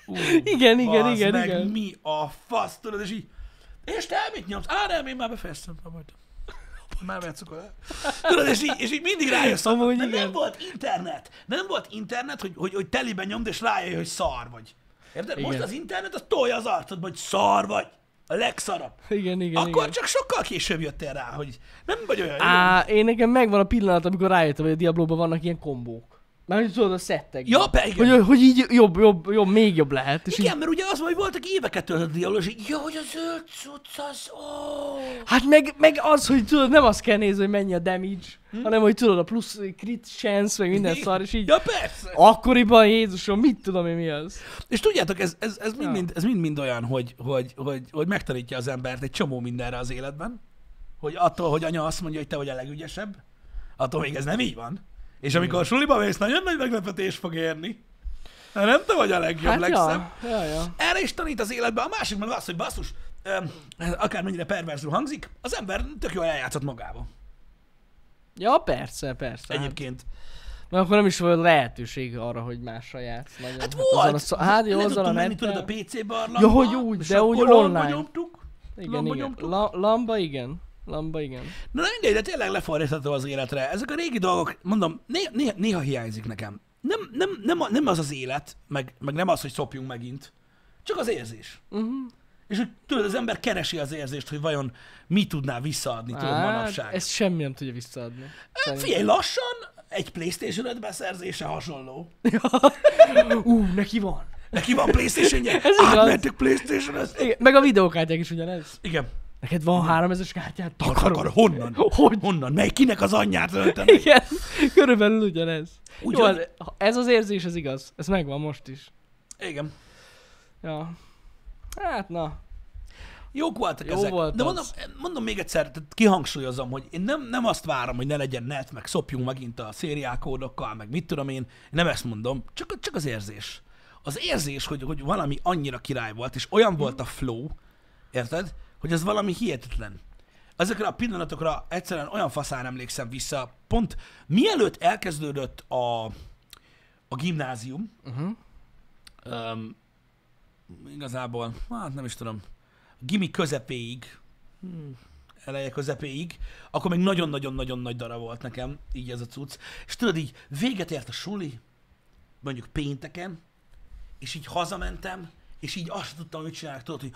[SPEAKER 2] Ú,
[SPEAKER 1] Igen, igen,
[SPEAKER 2] bazd
[SPEAKER 1] igen,
[SPEAKER 2] meg,
[SPEAKER 1] igen.
[SPEAKER 2] mi a fasz, tudod, és így, és te mit nyomsz? Á, nem, én már befejeztem, ha majd. Már játszok vele. Tudod, és így, és így mindig rájössz,
[SPEAKER 1] Amúgy
[SPEAKER 2] mert nem
[SPEAKER 1] igen.
[SPEAKER 2] volt internet. Nem volt internet, hogy, hogy, hogy teliben nyomd, és rájöjj, hogy szar vagy. Érted? Most
[SPEAKER 1] Igen.
[SPEAKER 2] az internet az tolja az arcodba, hogy szar vagy. A legszarabb.
[SPEAKER 1] Igen, igen,
[SPEAKER 2] Igen, Akkor
[SPEAKER 1] igen.
[SPEAKER 2] igen. csak sokkal később jöttél rá, hogy nem vagy olyan jó.
[SPEAKER 1] Á, én nekem megvan a pillanat, amikor rájöttem, hogy a Diablo-ban vannak ilyen kombók. Már hogy tudod a szettek.
[SPEAKER 2] Ja, pe- igen.
[SPEAKER 1] Hogy, hogy így jobb, jobb, jobb, még jobb lehet. És Így,
[SPEAKER 2] Igen, mert ugye az van, hogy voltak éveket töltött a diablo, és így, ja, hogy a zöld cucc az, ó.
[SPEAKER 1] hát meg, meg, az, hogy tudod, nem azt kell nézni, hogy mennyi a damage, hanem hogy tudod, a plusz crit chance, meg minden szar, és így
[SPEAKER 2] Hm? Ja, persze.
[SPEAKER 1] akkoriban Jézusom, mit tudom én mi az.
[SPEAKER 2] És tudjátok, ez, ez, ez, mind, mind, ez mind, mind olyan, hogy, hogy, hogy, hogy megtanítja az embert egy csomó mindenre az életben, hogy attól, hogy anya azt mondja, hogy te vagy a legügyesebb, attól még ez nem így van. És amikor a suliba mész, nagyon nagy meglepetés fog érni. Mert nem te vagy a legjobb,
[SPEAKER 1] Hát
[SPEAKER 2] legszebb.
[SPEAKER 1] ja, ja, ja.
[SPEAKER 2] Erre is tanít az életben. A másik meg az, hogy basszus, öm, akármennyire perverzül hangzik, az ember tök jól eljátszott magába.
[SPEAKER 1] Ja, persze, persze. Egyébként.
[SPEAKER 2] Egyébként.
[SPEAKER 1] Mert akkor nem is volt lehetőség arra, hogy mással játsz. Nagyon.
[SPEAKER 2] Hát
[SPEAKER 1] azon
[SPEAKER 2] volt!
[SPEAKER 1] a szó- hát jó,
[SPEAKER 2] Le
[SPEAKER 1] azzal a
[SPEAKER 2] tudtunk menni,
[SPEAKER 1] neten.
[SPEAKER 2] tudod, a PC barlangba.
[SPEAKER 1] Ja, hogy úgy,
[SPEAKER 2] és
[SPEAKER 1] de úgy
[SPEAKER 2] akkor lomba
[SPEAKER 1] online.
[SPEAKER 2] nyomtuk.
[SPEAKER 1] Igen,
[SPEAKER 2] Lamba
[SPEAKER 1] igen.
[SPEAKER 2] nyomtuk.
[SPEAKER 1] La, lamba, igen. Lamba, igen.
[SPEAKER 2] Na de mindegy, de tényleg lefordítható az életre. Ezek a régi dolgok, mondom, néha, néha, néha hiányzik nekem. Nem, nem, nem, a- nem az az élet, meg, meg nem az, hogy szopjunk megint. Csak az érzés.
[SPEAKER 1] Uh-huh.
[SPEAKER 2] És hogy tudod, az ember keresi az érzést, hogy vajon mi tudná visszaadni, tudod,
[SPEAKER 1] Hát,
[SPEAKER 2] manapság.
[SPEAKER 1] ezt semmi nem tudja visszaadni.
[SPEAKER 2] Hát Figyelj, lassan egy PlayStation 5 beszerzése hasonló.
[SPEAKER 1] *laughs* Ú, neki van.
[SPEAKER 2] Neki van PlayStation-je?
[SPEAKER 1] *laughs* Ez igaz.
[SPEAKER 2] Átmentük PlayStation 5
[SPEAKER 1] Igen, meg a videókártyák is ugyanez.
[SPEAKER 2] Igen.
[SPEAKER 1] Neked van 3000-es kártyát?
[SPEAKER 2] Akar, akar, honnan?
[SPEAKER 1] Hogy?
[SPEAKER 2] Honnan? Mely, kinek az anyját öltem?
[SPEAKER 1] Igen, körülbelül ugyanez.
[SPEAKER 2] Ugyan-
[SPEAKER 1] Ugyan... Jó, az- ha- ez az érzés, ez igaz. Ez megvan most is.
[SPEAKER 2] Igen.
[SPEAKER 1] Ja. Hát na.
[SPEAKER 2] Jók voltak
[SPEAKER 1] Jó
[SPEAKER 2] ezek.
[SPEAKER 1] volt
[SPEAKER 2] De
[SPEAKER 1] az.
[SPEAKER 2] mondom, mondom még egyszer, tehát kihangsúlyozom, hogy én nem, nem azt várom, hogy ne legyen net, meg szopjunk megint a szériákódokkal, meg mit tudom én. Én Nem ezt mondom, csak, csak az érzés. Az érzés, hogy, hogy valami annyira király volt, és olyan volt a flow, érted, hogy ez valami hihetetlen. Ezekre a pillanatokra egyszerűen olyan faszán emlékszem vissza. Pont mielőtt elkezdődött a, a gimnázium,
[SPEAKER 1] Mhm.
[SPEAKER 2] uh-huh. um, igazából, hát nem is tudom, gimi közepéig, hmm, eleje közepéig, akkor még nagyon-nagyon-nagyon nagy dara volt nekem, így ez a cucc. És tudod, így véget ért a suli, mondjuk pénteken, és így hazamentem, és így azt sem tudtam, hogy mit csinálok, tudod, hogy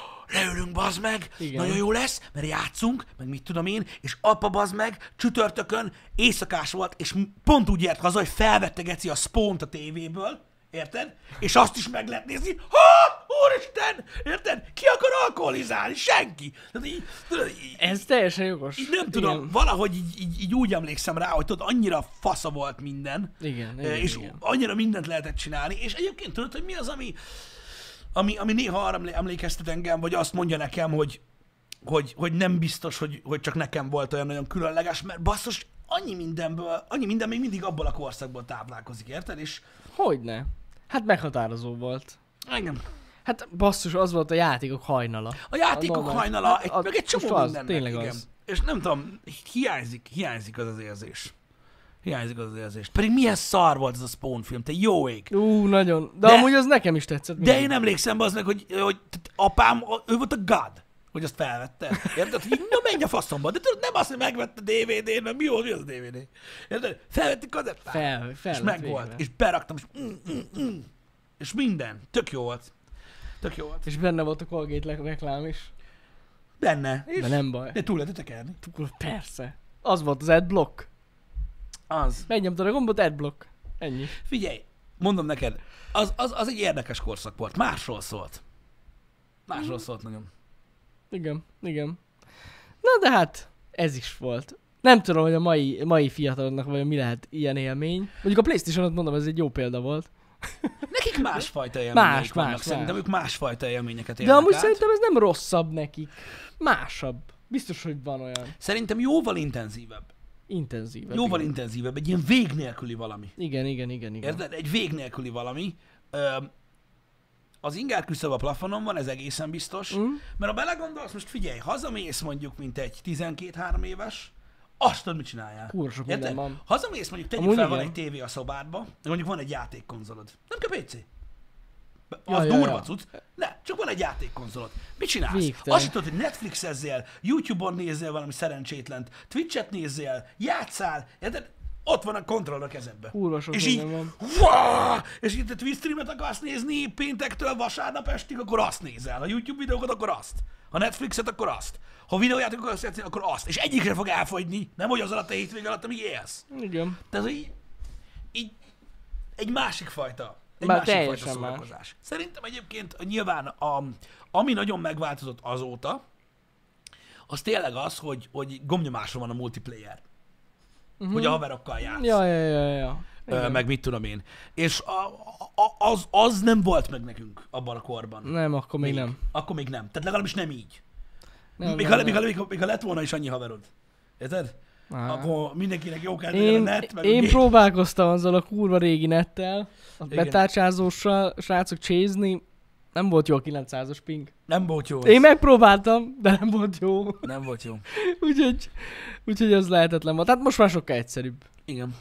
[SPEAKER 2] *gasps* leülünk, bazd meg, Igen.
[SPEAKER 1] Igen.
[SPEAKER 2] nagyon jó lesz, mert játszunk, meg mit tudom én, és apa bazd meg, csütörtökön, éjszakás volt, és m- pont úgy ért haza, hogy felvette geci a spont a tévéből, érted? És azt is meg lehet nézni, ha, úristen, érted? Ki akar alkoholizálni? Senki. Tehát így, tudod, így,
[SPEAKER 1] Ez teljesen jogos.
[SPEAKER 2] így nem tudom,
[SPEAKER 1] Igen.
[SPEAKER 2] valahogy így, így, így úgy emlékszem rá, hogy tudod, annyira fasza volt minden.
[SPEAKER 1] Igen,
[SPEAKER 2] eh,
[SPEAKER 1] igen,
[SPEAKER 2] És
[SPEAKER 1] igen.
[SPEAKER 2] annyira mindent lehetett csinálni, és egyébként tudod, hogy mi az, ami, ami, ami néha arra emlé- emlékeztet engem, vagy azt mondja nekem, hogy, hogy, hogy nem biztos, hogy, hogy csak nekem volt olyan nagyon különleges, mert basszus, annyi mindenből, annyi minden még mindig abból a korszakból táplálkozik, érted? És
[SPEAKER 1] Hogyne. Hát meghatározó volt.
[SPEAKER 2] engem.
[SPEAKER 1] Hát basszus, az volt a játékok hajnala.
[SPEAKER 2] A játékok
[SPEAKER 1] normális.
[SPEAKER 2] hajnala,
[SPEAKER 1] Hát
[SPEAKER 2] egy,
[SPEAKER 1] az-
[SPEAKER 2] meg egy csomó
[SPEAKER 1] most az,
[SPEAKER 2] mindennek,
[SPEAKER 1] tényleg
[SPEAKER 2] igen.
[SPEAKER 1] az.
[SPEAKER 2] És nem tudom, hiányzik, hiányzik az az érzés. Hiányzik az az érzés. Pedig milyen szar volt ez a Spawn film, te jó ég.
[SPEAKER 1] Ú, nagyon. De,
[SPEAKER 2] De-
[SPEAKER 1] de amúgy az nekem is tetszett.
[SPEAKER 2] De
[SPEAKER 1] mindig.
[SPEAKER 2] én emlékszem az meg, hogy, hogy tehát apám, ő volt a God, hogy azt felvette. Érted? Így, na menj a faszomba. De tudod, nem azt, hogy megvette DVD-n, mert mi volt, mi az a DVD? Érted? Felvettük kazettát.
[SPEAKER 1] Fel, fel
[SPEAKER 2] és
[SPEAKER 1] lett
[SPEAKER 2] megvolt.
[SPEAKER 1] véve.
[SPEAKER 2] És beraktam, és, mm, mm, mm, és minden. Tök jó volt. Tök jó volt.
[SPEAKER 1] És benne volt a Colgate le- reklám is.
[SPEAKER 2] Benne. És,
[SPEAKER 1] De nem baj.
[SPEAKER 2] De túl lehetett tekerni.
[SPEAKER 1] Akkor Persze. Az volt az adblock.
[SPEAKER 2] Az.
[SPEAKER 1] Megnyomtad a gombot, adblock. Ennyi.
[SPEAKER 2] Figyelj, mondom neked, az, az, az egy érdekes korszak volt. Másról szólt. Másról szólt nagyon.
[SPEAKER 1] Igen, igen. Na de hát, ez is volt. Nem tudom, hogy a mai, mai fiataloknak vajon mi lehet ilyen élmény. Mondjuk a Playstation-ot mondom, ez egy jó példa volt.
[SPEAKER 2] Nekik másfajta élmények
[SPEAKER 1] Más,
[SPEAKER 2] vannak.
[SPEAKER 1] más,
[SPEAKER 2] Szerintem
[SPEAKER 1] más.
[SPEAKER 2] ők másfajta élményeket
[SPEAKER 1] De
[SPEAKER 2] élnek
[SPEAKER 1] amúgy
[SPEAKER 2] át.
[SPEAKER 1] szerintem ez nem rosszabb nekik. Másabb. Biztos, hogy van olyan.
[SPEAKER 2] Szerintem jóval intenzívebb.
[SPEAKER 1] Intenzívebb.
[SPEAKER 2] Jóval
[SPEAKER 1] igen.
[SPEAKER 2] intenzívebb. Egy ilyen vég nélküli valami.
[SPEAKER 1] Igen, igen, igen, igen.
[SPEAKER 2] Érted? Egy vég nélküli valami. Öm, az inger küszöb a plafonon van, ez egészen biztos. Mm. Mert ha belegondolsz, most figyelj, hazamész mondjuk, mint egy 12-3 éves, azt tudod, mit csináljál.
[SPEAKER 1] Kurva sok minden
[SPEAKER 2] Érted?
[SPEAKER 1] van.
[SPEAKER 2] Hazamész mondjuk, tegyük
[SPEAKER 1] Amúgy
[SPEAKER 2] fel, van
[SPEAKER 1] igen.
[SPEAKER 2] egy tévé a szobádba, mondjuk van egy játékkonzolod. Nem kell PC. Be-
[SPEAKER 1] Ja,
[SPEAKER 2] Az
[SPEAKER 1] ja,
[SPEAKER 2] durva
[SPEAKER 1] ja.
[SPEAKER 2] cucc. Ne, csak van egy játékkonzolod. Mit csinálsz?
[SPEAKER 1] Végtelen.
[SPEAKER 2] Azt tudod, hogy Netflixezzél, YouTube-on nézzél valami szerencsétlent, Twitch-et nézzél, játszál, érted? Ott van a kontroll a kezedbe.
[SPEAKER 1] Kurva sok
[SPEAKER 2] és így,
[SPEAKER 1] minden van.
[SPEAKER 2] Vá! És itt a Twitch streamet akarsz nézni péntektől vasárnap estig, akkor azt nézel. Ha YouTube videókat, akkor azt. Ha Netflixet, akkor azt. Ha videójátékokat akarsz játszani, akkor azt. És egyikre fog elfogyni, nem hogy az alatt a hétvég alatt, amíg élsz.
[SPEAKER 1] Igen.
[SPEAKER 2] Tehát, hogy így, így egy másik fajta. Egy
[SPEAKER 1] Már
[SPEAKER 2] másik fajta
[SPEAKER 1] teljesen más.
[SPEAKER 2] szórakozás. Szerintem egyébként a- nyilván, a, ami nagyon megváltozott azóta, az tényleg az, hogy, hogy gomnyomáson van a multiplayer. Uh-huh. Hogy a haverokkal játsz.
[SPEAKER 1] Mhm. Ja, ja, ja, ja.
[SPEAKER 2] Ö, meg mit tudom én. És a, a, az, az nem volt meg nekünk abban a korban.
[SPEAKER 1] Nem, akkor még nem.
[SPEAKER 2] Akkor még nem. Tehát legalábbis nem így.
[SPEAKER 1] nem,
[SPEAKER 2] még,
[SPEAKER 1] nem,
[SPEAKER 2] ha,
[SPEAKER 1] nem.
[SPEAKER 2] Még, ha, még, ha, még ha lett volna is annyi haverod. Érted?
[SPEAKER 1] Á.
[SPEAKER 2] Akkor mindenkinek jó kell legyen
[SPEAKER 1] Én,
[SPEAKER 2] a net, meg a
[SPEAKER 1] én
[SPEAKER 2] gép.
[SPEAKER 1] próbálkoztam azzal a kurva régi nettel, a
[SPEAKER 2] Igen.
[SPEAKER 1] betárcsázó srá- srácok csézni, nem volt jó a 900-as ping.
[SPEAKER 2] Nem volt jó.
[SPEAKER 1] Én megpróbáltam, de nem volt jó. *laughs*
[SPEAKER 2] Nem volt jó.
[SPEAKER 1] úgyhogy, úgyhogy az lehetetlen volt. Hát most már sokkal egyszerűbb.
[SPEAKER 2] Igen.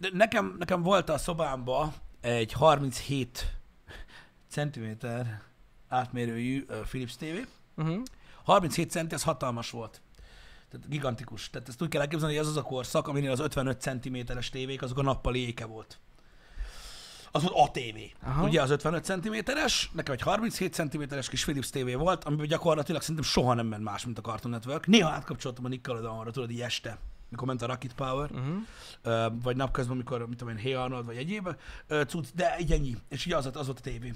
[SPEAKER 2] De nekem, nekem volt a szobámba egy 37 centiméter átmérőjű ö, Philips TV.
[SPEAKER 1] Uh-huh.
[SPEAKER 2] 37 centi, ez hatalmas volt. Tehát gigantikus. Tehát ezt úgy kell elképzelni, hogy ez az a korszak, aminél az 55 centiméteres tévék, azok a nappali éke volt. Az volt a tévé.
[SPEAKER 1] Aha.
[SPEAKER 2] Ugye az 55 centiméteres, nekem egy 37 centiméteres kis Philips tévé volt, amiben gyakorlatilag szerintem soha nem ment más, mint a Cartoon Network. Néha átkapcsoltam a Nickelodeonra, tudod, így este, mikor ment a Rocket Power,
[SPEAKER 1] Uh-huh.
[SPEAKER 2] ö, vagy napközben, mikor, mit tudom én, Hey Arnold, vagy egyéb ö, cucc, de egy ennyi. És így az, volt- az volt a tévé.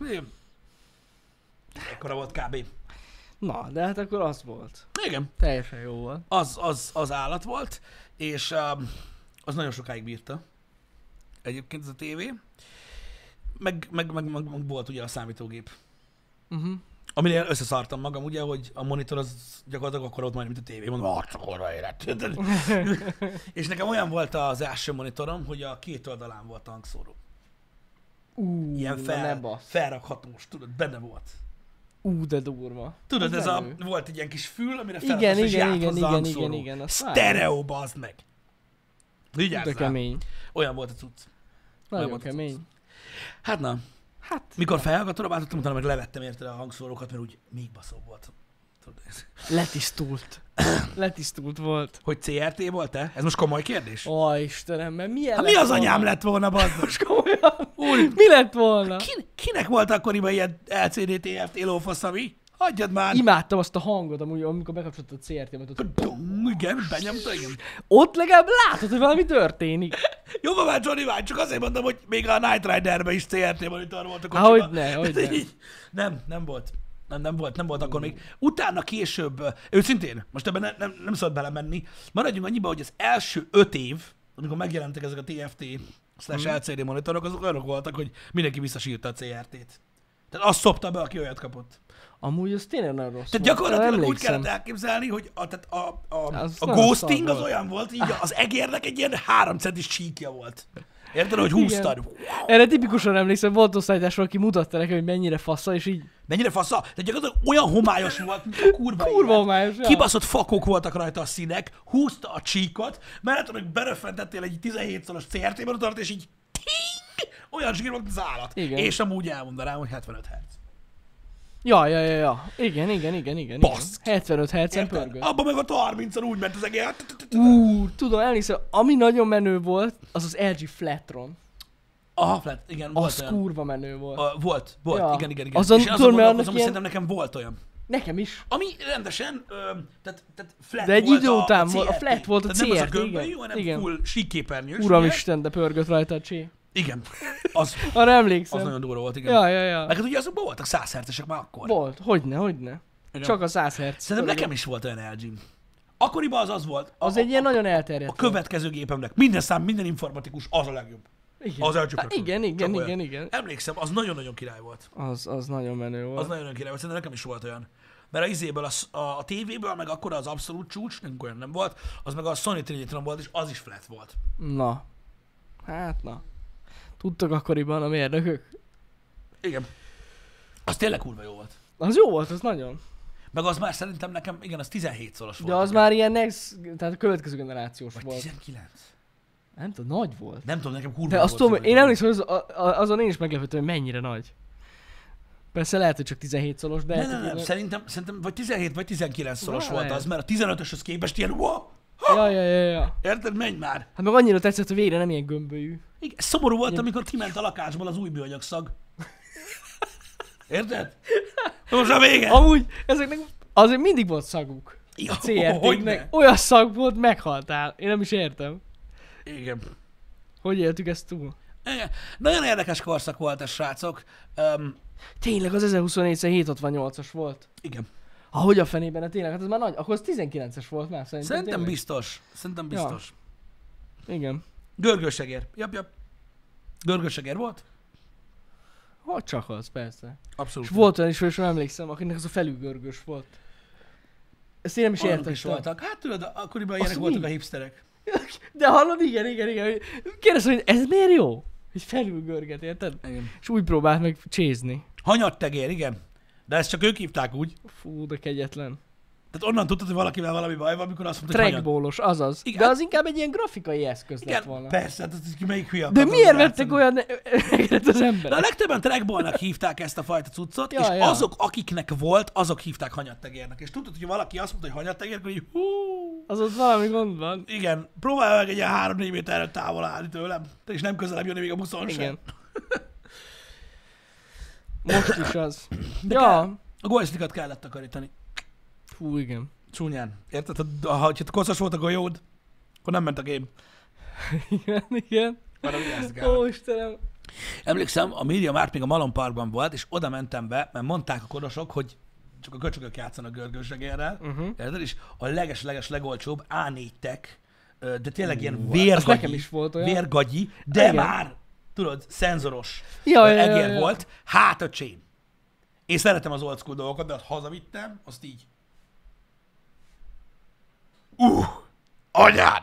[SPEAKER 2] Igen. Ekkora volt kb.
[SPEAKER 1] Na, de hát akkor az volt.
[SPEAKER 2] Igen.
[SPEAKER 1] Teljesen jó volt.
[SPEAKER 2] az, az, az állat volt, és um, az nagyon sokáig bírta. Egyébként ez a tévé. Meg, meg, meg, meg, meg volt ugye a számítógép.
[SPEAKER 1] Uh-huh.
[SPEAKER 2] Aminél összeszartam magam, ugye, hogy a monitor az gyakorlatilag akkor ott majd, mint a tévé. Mondom, arcokorra
[SPEAKER 1] *laughs*
[SPEAKER 2] érett. és nekem olyan volt az első monitorom, hogy a két oldalán volt a hangszóró.
[SPEAKER 1] Ú,
[SPEAKER 2] Ilyen
[SPEAKER 1] na ne
[SPEAKER 2] fel,
[SPEAKER 1] bassz.
[SPEAKER 2] felrakhatós, tudod, benne volt.
[SPEAKER 1] Ú, de durva.
[SPEAKER 2] Tudod,
[SPEAKER 1] Az
[SPEAKER 2] ez a,
[SPEAKER 1] menő.
[SPEAKER 2] volt egy ilyen kis fül, amire
[SPEAKER 1] Igen,
[SPEAKER 2] felrakhatós, és
[SPEAKER 1] igen,
[SPEAKER 2] járt
[SPEAKER 1] igen,
[SPEAKER 2] hozzá
[SPEAKER 1] igen,
[SPEAKER 2] a hangszóró.
[SPEAKER 1] igen, igen, azt vágom.
[SPEAKER 2] Stereo, bazd meg! Vigyázz
[SPEAKER 1] De
[SPEAKER 2] rá.
[SPEAKER 1] kemény.
[SPEAKER 2] Olyan volt a cucc.
[SPEAKER 1] Nagyon
[SPEAKER 2] volt az
[SPEAKER 1] kemény.
[SPEAKER 2] Hát na,
[SPEAKER 1] Hát,
[SPEAKER 2] mikor felhallgatóra váltottam, utána meg levettem érte a hangszórókat, mert úgy még baszóbb volt. Tudod, ez- *coughs*
[SPEAKER 1] letisztult. letisztult volt.
[SPEAKER 2] Hogy CRT volt-e? Ez most komoly kérdés?
[SPEAKER 1] Ó, Istenem, mert milyen
[SPEAKER 2] Hát
[SPEAKER 1] lett
[SPEAKER 2] mi az
[SPEAKER 1] volna?
[SPEAKER 2] anyám lett volna, bazd?
[SPEAKER 1] Most komolyan.
[SPEAKER 2] Úr,
[SPEAKER 1] Mi lett volna?
[SPEAKER 2] kin, kinek volt akkoriban ilyen LCD TFT lófasz, ami? Hagyjad már!
[SPEAKER 1] Imádtam azt a hangot, amúgy, amikor bekapcsoltad a CRT-met. ott-
[SPEAKER 2] Dum, igen, benyomta, igen.
[SPEAKER 1] Ott legalább látod, hogy valami történik.
[SPEAKER 2] Jó van már Johnny White, csak azért mondom, hogy még a Night Riderben is CRT monitor volt a
[SPEAKER 1] Há,
[SPEAKER 2] kocsiban.
[SPEAKER 1] hogyne, hogyne.
[SPEAKER 2] Tehát így- Nem, nem volt. Nem, nem volt, nem volt akkor még. Utána később, ö, őszintén, most ebben ne, nem, nem szabad belemenni, maradjunk annyiba, hogy az első öt év, amikor megjelentek ezek a TFT slash LCD monitorok, azok olyanok voltak, hogy mindenki visszasírta a CRT-t. Tehát azt szopta be, aki olyat kapott.
[SPEAKER 1] Amúgy az tényleg nagyon rossz
[SPEAKER 2] Tehát
[SPEAKER 1] volt.
[SPEAKER 2] gyakorlatilag úgy
[SPEAKER 1] Emlékszem.
[SPEAKER 2] kellett elképzelni, hogy a, tehát a, a,
[SPEAKER 1] Az
[SPEAKER 2] a
[SPEAKER 1] nagyon
[SPEAKER 2] ghosting
[SPEAKER 1] szar
[SPEAKER 2] az
[SPEAKER 1] volt.
[SPEAKER 2] olyan volt, így az egérnek egy ilyen három centis csíkja volt. Érted, hogy húztad.
[SPEAKER 1] Erre tipikusan emlékszem, volt osztálytársam, aki mutatta nekem, hogy mennyire fasza, és így
[SPEAKER 2] Mennyire fasza? De gyakorlatilag olyan homályos volt, mint a kurva
[SPEAKER 1] kurva
[SPEAKER 2] élet.
[SPEAKER 1] homályos. ja.
[SPEAKER 2] Kibaszott fakok voltak rajta a színek, húzta a csíkot, mellett hogy beröffentettél egy 17 szoros CRT monitort, és így ting, olyan zsír volt az állat.
[SPEAKER 1] Igen.
[SPEAKER 2] És amúgy elmondanám, hogy 75 Hz.
[SPEAKER 1] Ja, ja, ja, ja. Igen, igen, igen, igen.
[SPEAKER 2] Baszki.
[SPEAKER 1] igen. 75 hercen
[SPEAKER 2] Érted?
[SPEAKER 1] pörgött.
[SPEAKER 2] Abban meg ott a 30-an úgy ment az egér.
[SPEAKER 1] Ú, tudom, elhiszem, ami nagyon menő volt, az az LG Flatron.
[SPEAKER 2] Aha, flat, igen, volt
[SPEAKER 1] Az
[SPEAKER 2] olyan.
[SPEAKER 1] kurva menő volt.
[SPEAKER 2] A, volt, volt,
[SPEAKER 1] Ja.
[SPEAKER 2] ja. igen, igen, igen.
[SPEAKER 1] Azon
[SPEAKER 2] és azon
[SPEAKER 1] tudom, mert
[SPEAKER 2] gondolkozom,
[SPEAKER 1] annak
[SPEAKER 2] hogy
[SPEAKER 1] ilyen-
[SPEAKER 2] szerintem nekem volt olyan.
[SPEAKER 1] Nekem is.
[SPEAKER 2] Ami rendesen, ö, tehát, tehát flat
[SPEAKER 1] De egy
[SPEAKER 2] volt
[SPEAKER 1] idő
[SPEAKER 2] a,
[SPEAKER 1] után
[SPEAKER 2] a,
[SPEAKER 1] volt- a
[SPEAKER 2] CRT.
[SPEAKER 1] flat volt a
[SPEAKER 2] tehát nem az
[SPEAKER 1] CRT,
[SPEAKER 2] a gömbölyű,
[SPEAKER 1] igen.
[SPEAKER 2] hanem
[SPEAKER 1] Igen.
[SPEAKER 2] full síkképernyős. ugye?
[SPEAKER 1] Uramisten, de pörgött rajta a csé.
[SPEAKER 2] Igen. Az,
[SPEAKER 1] Arra
[SPEAKER 2] az
[SPEAKER 1] emlékszem.
[SPEAKER 2] nagyon durva volt, igen.
[SPEAKER 1] Ja, ja, ja.
[SPEAKER 2] Meg hát ugye azokban voltak százszertesek már akkor.
[SPEAKER 1] Volt, hogyne, hogyne.
[SPEAKER 2] Igen.
[SPEAKER 1] Csak a 100 herc.
[SPEAKER 2] Szerintem nekem is volt olyan lg -m. Akkoriban az az volt. A,
[SPEAKER 1] Az egy ilyen
[SPEAKER 2] a,
[SPEAKER 1] nagyon
[SPEAKER 2] a
[SPEAKER 1] elterjedt.
[SPEAKER 2] következő gépemnek. Minden szám, minden informatikus, az a legjobb.
[SPEAKER 1] Igen.
[SPEAKER 2] Az első
[SPEAKER 1] Há,
[SPEAKER 2] platform.
[SPEAKER 1] igen,
[SPEAKER 2] Csak
[SPEAKER 1] igen,
[SPEAKER 2] olyan.
[SPEAKER 1] igen, igen.
[SPEAKER 2] Emlékszem, az nagyon-nagyon király volt.
[SPEAKER 1] Az, az nagyon menő volt.
[SPEAKER 2] Az nagyon király volt, szerintem nekem is volt olyan. Mert a izéből, a, sz- a, a tévéből, meg akkor az abszolút csúcs, nekünk olyan nem volt, az meg a Sony Trinitron volt, és az is flat volt.
[SPEAKER 1] Na. Hát na. Tudtak akkoriban a mérnökök?
[SPEAKER 2] Igen. Az tényleg kurva jó volt.
[SPEAKER 1] Az jó volt, az nagyon.
[SPEAKER 2] Meg az már szerintem nekem, igen, az 17 szoros volt.
[SPEAKER 1] De az
[SPEAKER 2] igen.
[SPEAKER 1] már ilyen next, tehát a következő generációs
[SPEAKER 2] Vagy
[SPEAKER 1] volt.
[SPEAKER 2] 19.
[SPEAKER 1] Nem tudom, nagy volt.
[SPEAKER 2] Nem tudom, nekem kurva
[SPEAKER 1] De azt
[SPEAKER 2] volt
[SPEAKER 1] tudom,
[SPEAKER 2] szerintem.
[SPEAKER 1] én emlékszem, hogy az, a- a- azon én is meglepődtem, hogy mennyire nagy. Persze lehet, hogy csak 17 szolos, de...
[SPEAKER 2] Nem,
[SPEAKER 1] hát
[SPEAKER 2] nem, nem,
[SPEAKER 1] ilyen-
[SPEAKER 2] szerintem, szerintem vagy 17 vagy 19 szoros
[SPEAKER 1] Na,
[SPEAKER 2] volt
[SPEAKER 1] lehet.
[SPEAKER 2] az, mert a 15-öshöz képest ilyen, wow,
[SPEAKER 1] Ja, ja, ja, ja.
[SPEAKER 2] érted, menj már.
[SPEAKER 1] Hát meg annyira tetszett, hogy végre nem ilyen gömbölyű.
[SPEAKER 2] Igen, szomorú volt, amikor kiment a lakásból az új műanyag szag. Érted? Most a vége.
[SPEAKER 1] Amúgy ezeknek azért mindig volt szaguk.
[SPEAKER 2] Jó,
[SPEAKER 1] A crt
[SPEAKER 2] hogyne.
[SPEAKER 1] -nek. olyan szag volt, meghaltál. Én nem is értem.
[SPEAKER 2] Igen.
[SPEAKER 1] Hogy éltük ezt túl?
[SPEAKER 2] Igen. Nagyon érdekes korszak volt ez, srácok. Um,
[SPEAKER 1] Tényleg az 1024-768-as volt.
[SPEAKER 2] igen.
[SPEAKER 1] Ahogy a fenében, hát tényleg, hát ez már nagy. Akkor az 19-es volt már szerintem.
[SPEAKER 2] Szerintem
[SPEAKER 1] tényleg.
[SPEAKER 2] biztos. Szerintem biztos. Ja.
[SPEAKER 1] Igen.
[SPEAKER 2] Görgősegér. Jap, jap. Görgősegér volt?
[SPEAKER 1] Hogy csak az, persze.
[SPEAKER 2] Abszolút.
[SPEAKER 1] És volt olyan is, hogy sem emlékszem, akinek az a felülgörgős volt. Ezt én nem is
[SPEAKER 2] Olyanok
[SPEAKER 1] értettem.
[SPEAKER 2] is voltak. Hát tudod, akkoriban
[SPEAKER 1] Azt
[SPEAKER 2] ilyenek voltak
[SPEAKER 1] mi?
[SPEAKER 2] a hipsterek.
[SPEAKER 1] De hallod, igen, igen, igen. Kérdezem, hogy ez miért jó? Hogy felülgörget, érted?
[SPEAKER 2] Igen.
[SPEAKER 1] És úgy próbált meg csézni.
[SPEAKER 2] Hanyattegér, igen. De ezt csak ők hívták úgy.
[SPEAKER 1] Fú, de kegyetlen.
[SPEAKER 2] Tehát onnan tudtad, hogy valakivel valami baj van, amikor azt mondta, hogy hanyat.
[SPEAKER 1] Trackballos, azaz.
[SPEAKER 2] Igen.
[SPEAKER 1] De az inkább egy ilyen grafikai eszköz lett
[SPEAKER 2] Igen,
[SPEAKER 1] volna.
[SPEAKER 2] persze, hát az, melyik hülye
[SPEAKER 1] De
[SPEAKER 2] akarta
[SPEAKER 1] miért
[SPEAKER 2] volna
[SPEAKER 1] vettek
[SPEAKER 2] játszani?
[SPEAKER 1] olyan ezeket az
[SPEAKER 2] De a
[SPEAKER 1] emberek?
[SPEAKER 2] legtöbben trackballnak hívták ezt a fajta cuccot,
[SPEAKER 1] Ja,
[SPEAKER 2] és
[SPEAKER 1] ja.
[SPEAKER 2] azok, akiknek volt, azok hívták hanyattegérnek. És tudod, hogy valaki azt mondta, hogy hanyattegér, akkor így hú,
[SPEAKER 1] Azaz valami gond van.
[SPEAKER 2] igen, próbálj meg egy ilyen 3-4 méterre távol állni tőlem, és nem közelebb jönni még a buszon sem. *laughs*
[SPEAKER 1] Igen. Most is az. Ja.
[SPEAKER 2] A golyszlikat kellett takarítani.
[SPEAKER 1] Fú, igen.
[SPEAKER 2] Csúnyán. Érted? Hát, Ha- Ha, ha koszos volt a golyód, akkor nem ment a game.
[SPEAKER 1] Igen, igen.
[SPEAKER 2] Arra vigyázni kellett.
[SPEAKER 1] Ó, Istenem.
[SPEAKER 2] Emlékszem, a Media Mart még a Malon Parkban volt, és oda mentem be, mert mondták a korosok, hogy csak a köcsögök játszanak görgősregérrel, uh-huh. érted? És a leges-leges legolcsóbb A4-tek, ö, de tényleg ilyen
[SPEAKER 1] hát az
[SPEAKER 2] vérgagyi,
[SPEAKER 1] nekem is volt olyan.
[SPEAKER 2] vérgagyi, de
[SPEAKER 1] Igen.
[SPEAKER 2] Igen. már, tudod, szenzoros
[SPEAKER 1] Ja,
[SPEAKER 2] ö,
[SPEAKER 1] ja, ja,
[SPEAKER 2] egér
[SPEAKER 1] ja.
[SPEAKER 2] volt. Hát, öcsém! Én szeretem az old school dolgokat, de azt hazavittem, azt így. Uh, anyád!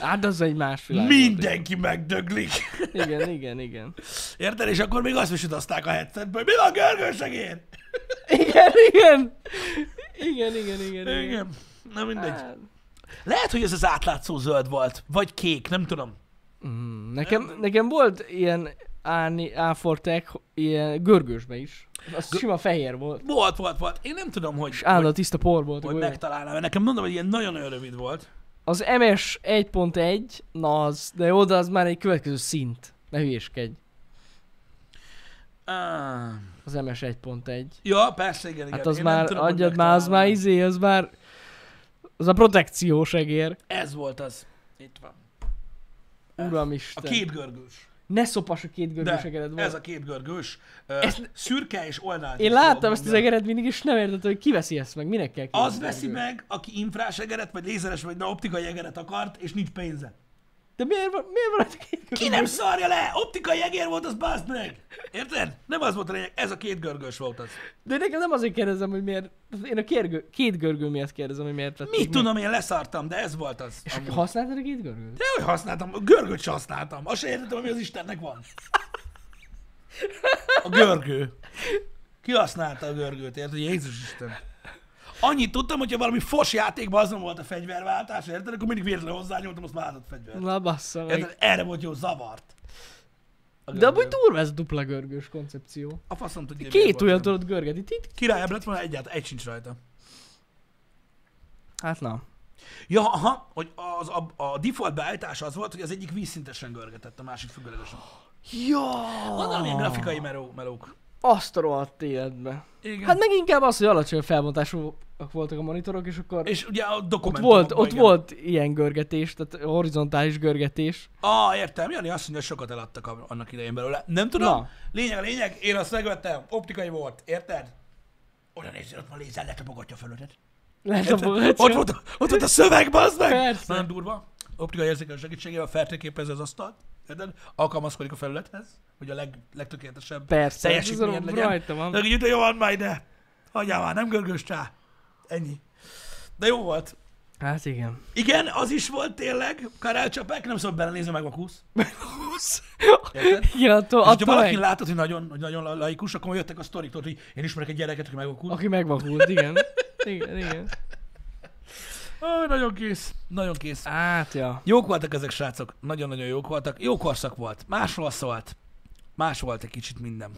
[SPEAKER 1] Hát az egy más világ. volt.
[SPEAKER 2] Mindenki megdöglik!
[SPEAKER 1] Igen, igen, igen.
[SPEAKER 2] Érted? És akkor még azt is utazták a headsetből, hogy mi van görgősegér?
[SPEAKER 1] Igen, igen. Igen, igen, igen, igen.
[SPEAKER 2] Igen. Na mindegy.
[SPEAKER 1] Hát,
[SPEAKER 2] Lehet, hogy ez az átlátszó zöld volt, vagy kék, nem tudom.
[SPEAKER 1] mm, Nekem, nekem volt ilyen A4 áfortek, ilyen görgősbe is. Az sima fehér volt.
[SPEAKER 2] Volt, volt, volt. Én nem tudom, hogy,
[SPEAKER 1] És állandóan tiszta por volt. a
[SPEAKER 2] hogy
[SPEAKER 1] golyó.
[SPEAKER 2] megtalálnám, mert nekem mondom, hogy ilyen nagyon-nagyon rövid volt.
[SPEAKER 1] Az MS 1.1, na az, de oda az már egy következő szint. Ne hülyéskedj.
[SPEAKER 2] Ah,
[SPEAKER 1] Az MS 1.1.
[SPEAKER 2] ja, persze, igen, igen.
[SPEAKER 1] Hát az
[SPEAKER 2] Én nem
[SPEAKER 1] már,
[SPEAKER 2] tudom, hogy
[SPEAKER 1] adjad már, az már
[SPEAKER 2] megtalálnám.
[SPEAKER 1] izé, az már... Az a protekciós egér.
[SPEAKER 2] Ez volt az. Itt van. A
[SPEAKER 1] Uramisten.
[SPEAKER 2] két görgős.
[SPEAKER 1] Ne szopass a két
[SPEAKER 2] De
[SPEAKER 1] görgős egered volt.
[SPEAKER 2] ez a két görgős. Ez... Szürke és olnál.
[SPEAKER 1] Én láttam ezt az egeret mindig, és nem értettem, hogy ki veszi ezt meg, minek kell két
[SPEAKER 2] Az
[SPEAKER 1] görgő.
[SPEAKER 2] veszi meg, aki infrás egeret, vagy lézeres, vagy na, optikai egeret akart, és nincs pénze.
[SPEAKER 1] De miért van, miért van a két görgős?
[SPEAKER 2] Ki nem szarja le? Optikai egér volt, az baszd meg! Érted? Nem az volt a lényeg, ez a két görgős volt az.
[SPEAKER 1] De nekem nem azért kérdezem, hogy miért... Én a kérgő, két görgő miatt kérdezem, hogy miért vették
[SPEAKER 2] Mit
[SPEAKER 1] meg.
[SPEAKER 2] tudom, én leszartam, de ez volt az.
[SPEAKER 1] És
[SPEAKER 2] amúgy.
[SPEAKER 1] használtad a két görgőt?
[SPEAKER 2] De hogy használtam, a görgőt sem használtam. Azt se értettem, ami az Istennek van. A görgő. Ki használta a görgőt, érted? Jézus Isten. Annyit tudtam, hogyha valami fos játékban azon volt a fegyverváltás, érted? Akkor mindig véletlenül hozzányúltam, azt váltott fegyvert.
[SPEAKER 1] Na bassza meg.
[SPEAKER 2] Érted? Erre volt jó zavart. A
[SPEAKER 1] De amúgy
[SPEAKER 2] görgő.
[SPEAKER 1] durva ez a dupla görgős koncepció.
[SPEAKER 2] A faszom tudja. miért
[SPEAKER 1] Két
[SPEAKER 2] volt
[SPEAKER 1] olyan
[SPEAKER 2] ilyen.
[SPEAKER 1] tudod görgetni. Tit-
[SPEAKER 2] Királyabb lett volna egyáltalán, egy sincs rajta.
[SPEAKER 1] Hát na.
[SPEAKER 2] Ja, aha, hogy az, a, a default beállítás az volt, hogy az egyik vízszintesen görgetett, a másik függőlegesen. Vannak ilyen
[SPEAKER 1] Ja!
[SPEAKER 2] grafikai meló, melók.
[SPEAKER 1] Azt a rohadt életbe.
[SPEAKER 2] Igen.
[SPEAKER 1] Hát meg inkább az, hogy alacsony felbontásúak voltak a monitorok, és akkor
[SPEAKER 2] és ugye a
[SPEAKER 1] ott,
[SPEAKER 2] dokumentum.
[SPEAKER 1] volt, ott volt ilyen görgetés, tehát horizontális görgetés.
[SPEAKER 2] Ah, értem, Jani azt mondja, sokat eladtak a- annak idején belőle. Nem tudom,
[SPEAKER 1] Na.
[SPEAKER 2] Na. lényeg a lényeg, én azt megvettem, optikai volt, érted? Oda nézzél, ott van lézer, lecsapogatja a fölötted.
[SPEAKER 1] Lehet a
[SPEAKER 2] Érted? Ott volt, a- ott volt a szöveg, bazd meg!
[SPEAKER 1] Persze.
[SPEAKER 2] Nagyon durva. Optikai érzékelő segítségével feltérképezi az asztalt, érted? Alkalmazkodik a felülethez, hogy a leg, legtökéletesebb
[SPEAKER 1] Persze, ez
[SPEAKER 2] teljesítményed
[SPEAKER 1] azon
[SPEAKER 2] legyen.
[SPEAKER 1] rajta van.
[SPEAKER 2] De így, jó van majd, de hagyjál már, nem görgős csá. Ennyi. De jó volt.
[SPEAKER 1] Hát igen.
[SPEAKER 2] Igen, az is volt tényleg, karálcsapák, nem szabad belenézni, meg a kusz. Érted?
[SPEAKER 1] igen, attól,
[SPEAKER 2] És ha
[SPEAKER 1] attól
[SPEAKER 2] valaki
[SPEAKER 1] meg,
[SPEAKER 2] látott, hogy nagyon, hogy nagyon la- laikus, akkor jöttek a sztorik, tudod, hogy én ismerek egy gyereket, aki megvakult.
[SPEAKER 1] aki megvakult, igen. Igen, igen.
[SPEAKER 2] Ah, nagyon kész. Nagyon kész.
[SPEAKER 1] Hát, ja.
[SPEAKER 2] Jók voltak ezek, srácok. Nagyon-nagyon jók voltak. Jó korszak volt. Másról szólt. Más volt egy kicsit minden.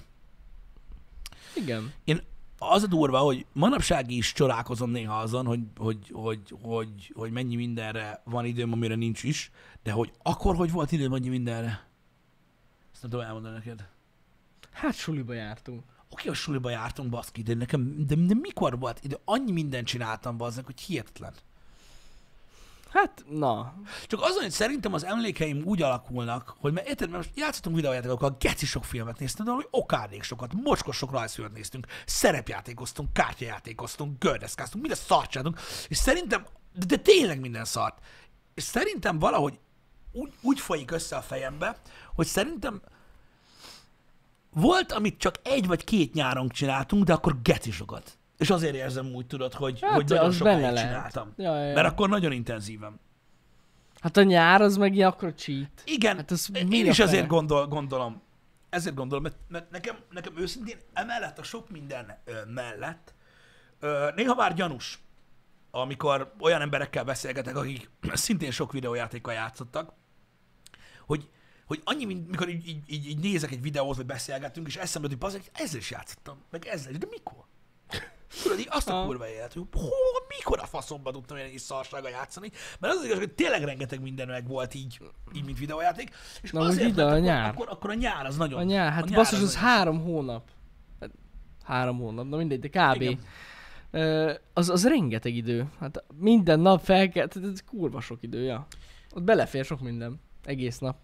[SPEAKER 1] Igen.
[SPEAKER 2] Én az a durva, hogy manapság is csodálkozom néha azon, hogy, hogy, hogy, hogy, hogy mennyi mindenre van időm, amire nincs is, de hogy akkor hogy volt időm annyi mindenre? Ezt nem tudom elmondani neked.
[SPEAKER 1] Hát suliba jártunk.
[SPEAKER 2] Oké, a suliba jártunk, baszki, de nekem, de, de mikor volt idő? Annyi mindent csináltam, bazdmeg, hogy hihetetlen.
[SPEAKER 1] Hát, na.
[SPEAKER 2] Csak azon, hogy szerintem az emlékeim úgy alakulnak, hogy mert érted, mert most játszottunk videójátékokkal, geci sok filmet néztem, de hogy okádék sokat, mocskos sok rajzfilmet néztünk, szerepjátékoztunk, kártyajátékoztunk, gördeszkáztunk, minden szart csináltunk, és szerintem, de, de tényleg minden szart. És szerintem valahogy úgy, úgy folyik össze a fejembe, hogy szerintem volt, amit csak egy vagy két nyáron csináltunk, de akkor geci sokat. És azért érzem úgy, tudod, hogy,
[SPEAKER 1] Hát,
[SPEAKER 2] hogy
[SPEAKER 1] de
[SPEAKER 2] nagyon
[SPEAKER 1] az
[SPEAKER 2] sokáig
[SPEAKER 1] benne lehet.
[SPEAKER 2] csináltam.
[SPEAKER 1] Ja, ja, ja.
[SPEAKER 2] Mert akkor nagyon intenzíven.
[SPEAKER 1] Hát a nyár az meg ilyen akkor cheat.
[SPEAKER 2] Igen,
[SPEAKER 1] Hát ez mi
[SPEAKER 2] én
[SPEAKER 1] a
[SPEAKER 2] is
[SPEAKER 1] fene?
[SPEAKER 2] ezért gondol, gondolom. Ezért gondolom, mert, mert nekem, nekem őszintén emellett a sok minden ö, mellett ö, néha már gyanús, amikor olyan emberekkel beszélgetek, akik *clears throat* szintén sok videójátékkal játszottak, hogy, hogy annyi, mint mikor így, így, így, így nézek egy videót, vagy beszélgetünk, és eszembe jut, hogy bazeg, ezzel is játszottam, meg ezzel is, de mikor? Tudod, így azt a
[SPEAKER 1] Ah.
[SPEAKER 2] kurva élet, hogy hol, mikor a faszomba tudtam én is szarsággal játszani, mert az az igaz, hogy tényleg rengeteg minden meg volt így, így mint videójáték, és
[SPEAKER 1] Na,
[SPEAKER 2] azért,
[SPEAKER 1] úgy ide
[SPEAKER 2] mert
[SPEAKER 1] a
[SPEAKER 2] akkor,
[SPEAKER 1] nyár.
[SPEAKER 2] Akkor, akkor, a nyár az nagyon.
[SPEAKER 1] A nyár, hát basszus, az három hónap. Hát, Három hónap, na mindegy, de kb.
[SPEAKER 2] Igen.
[SPEAKER 1] Ö, Az, az rengeteg idő. Hát minden nap fel kell, tehát ez kurva sok idő, ja. Ott belefér sok minden. Egész nap.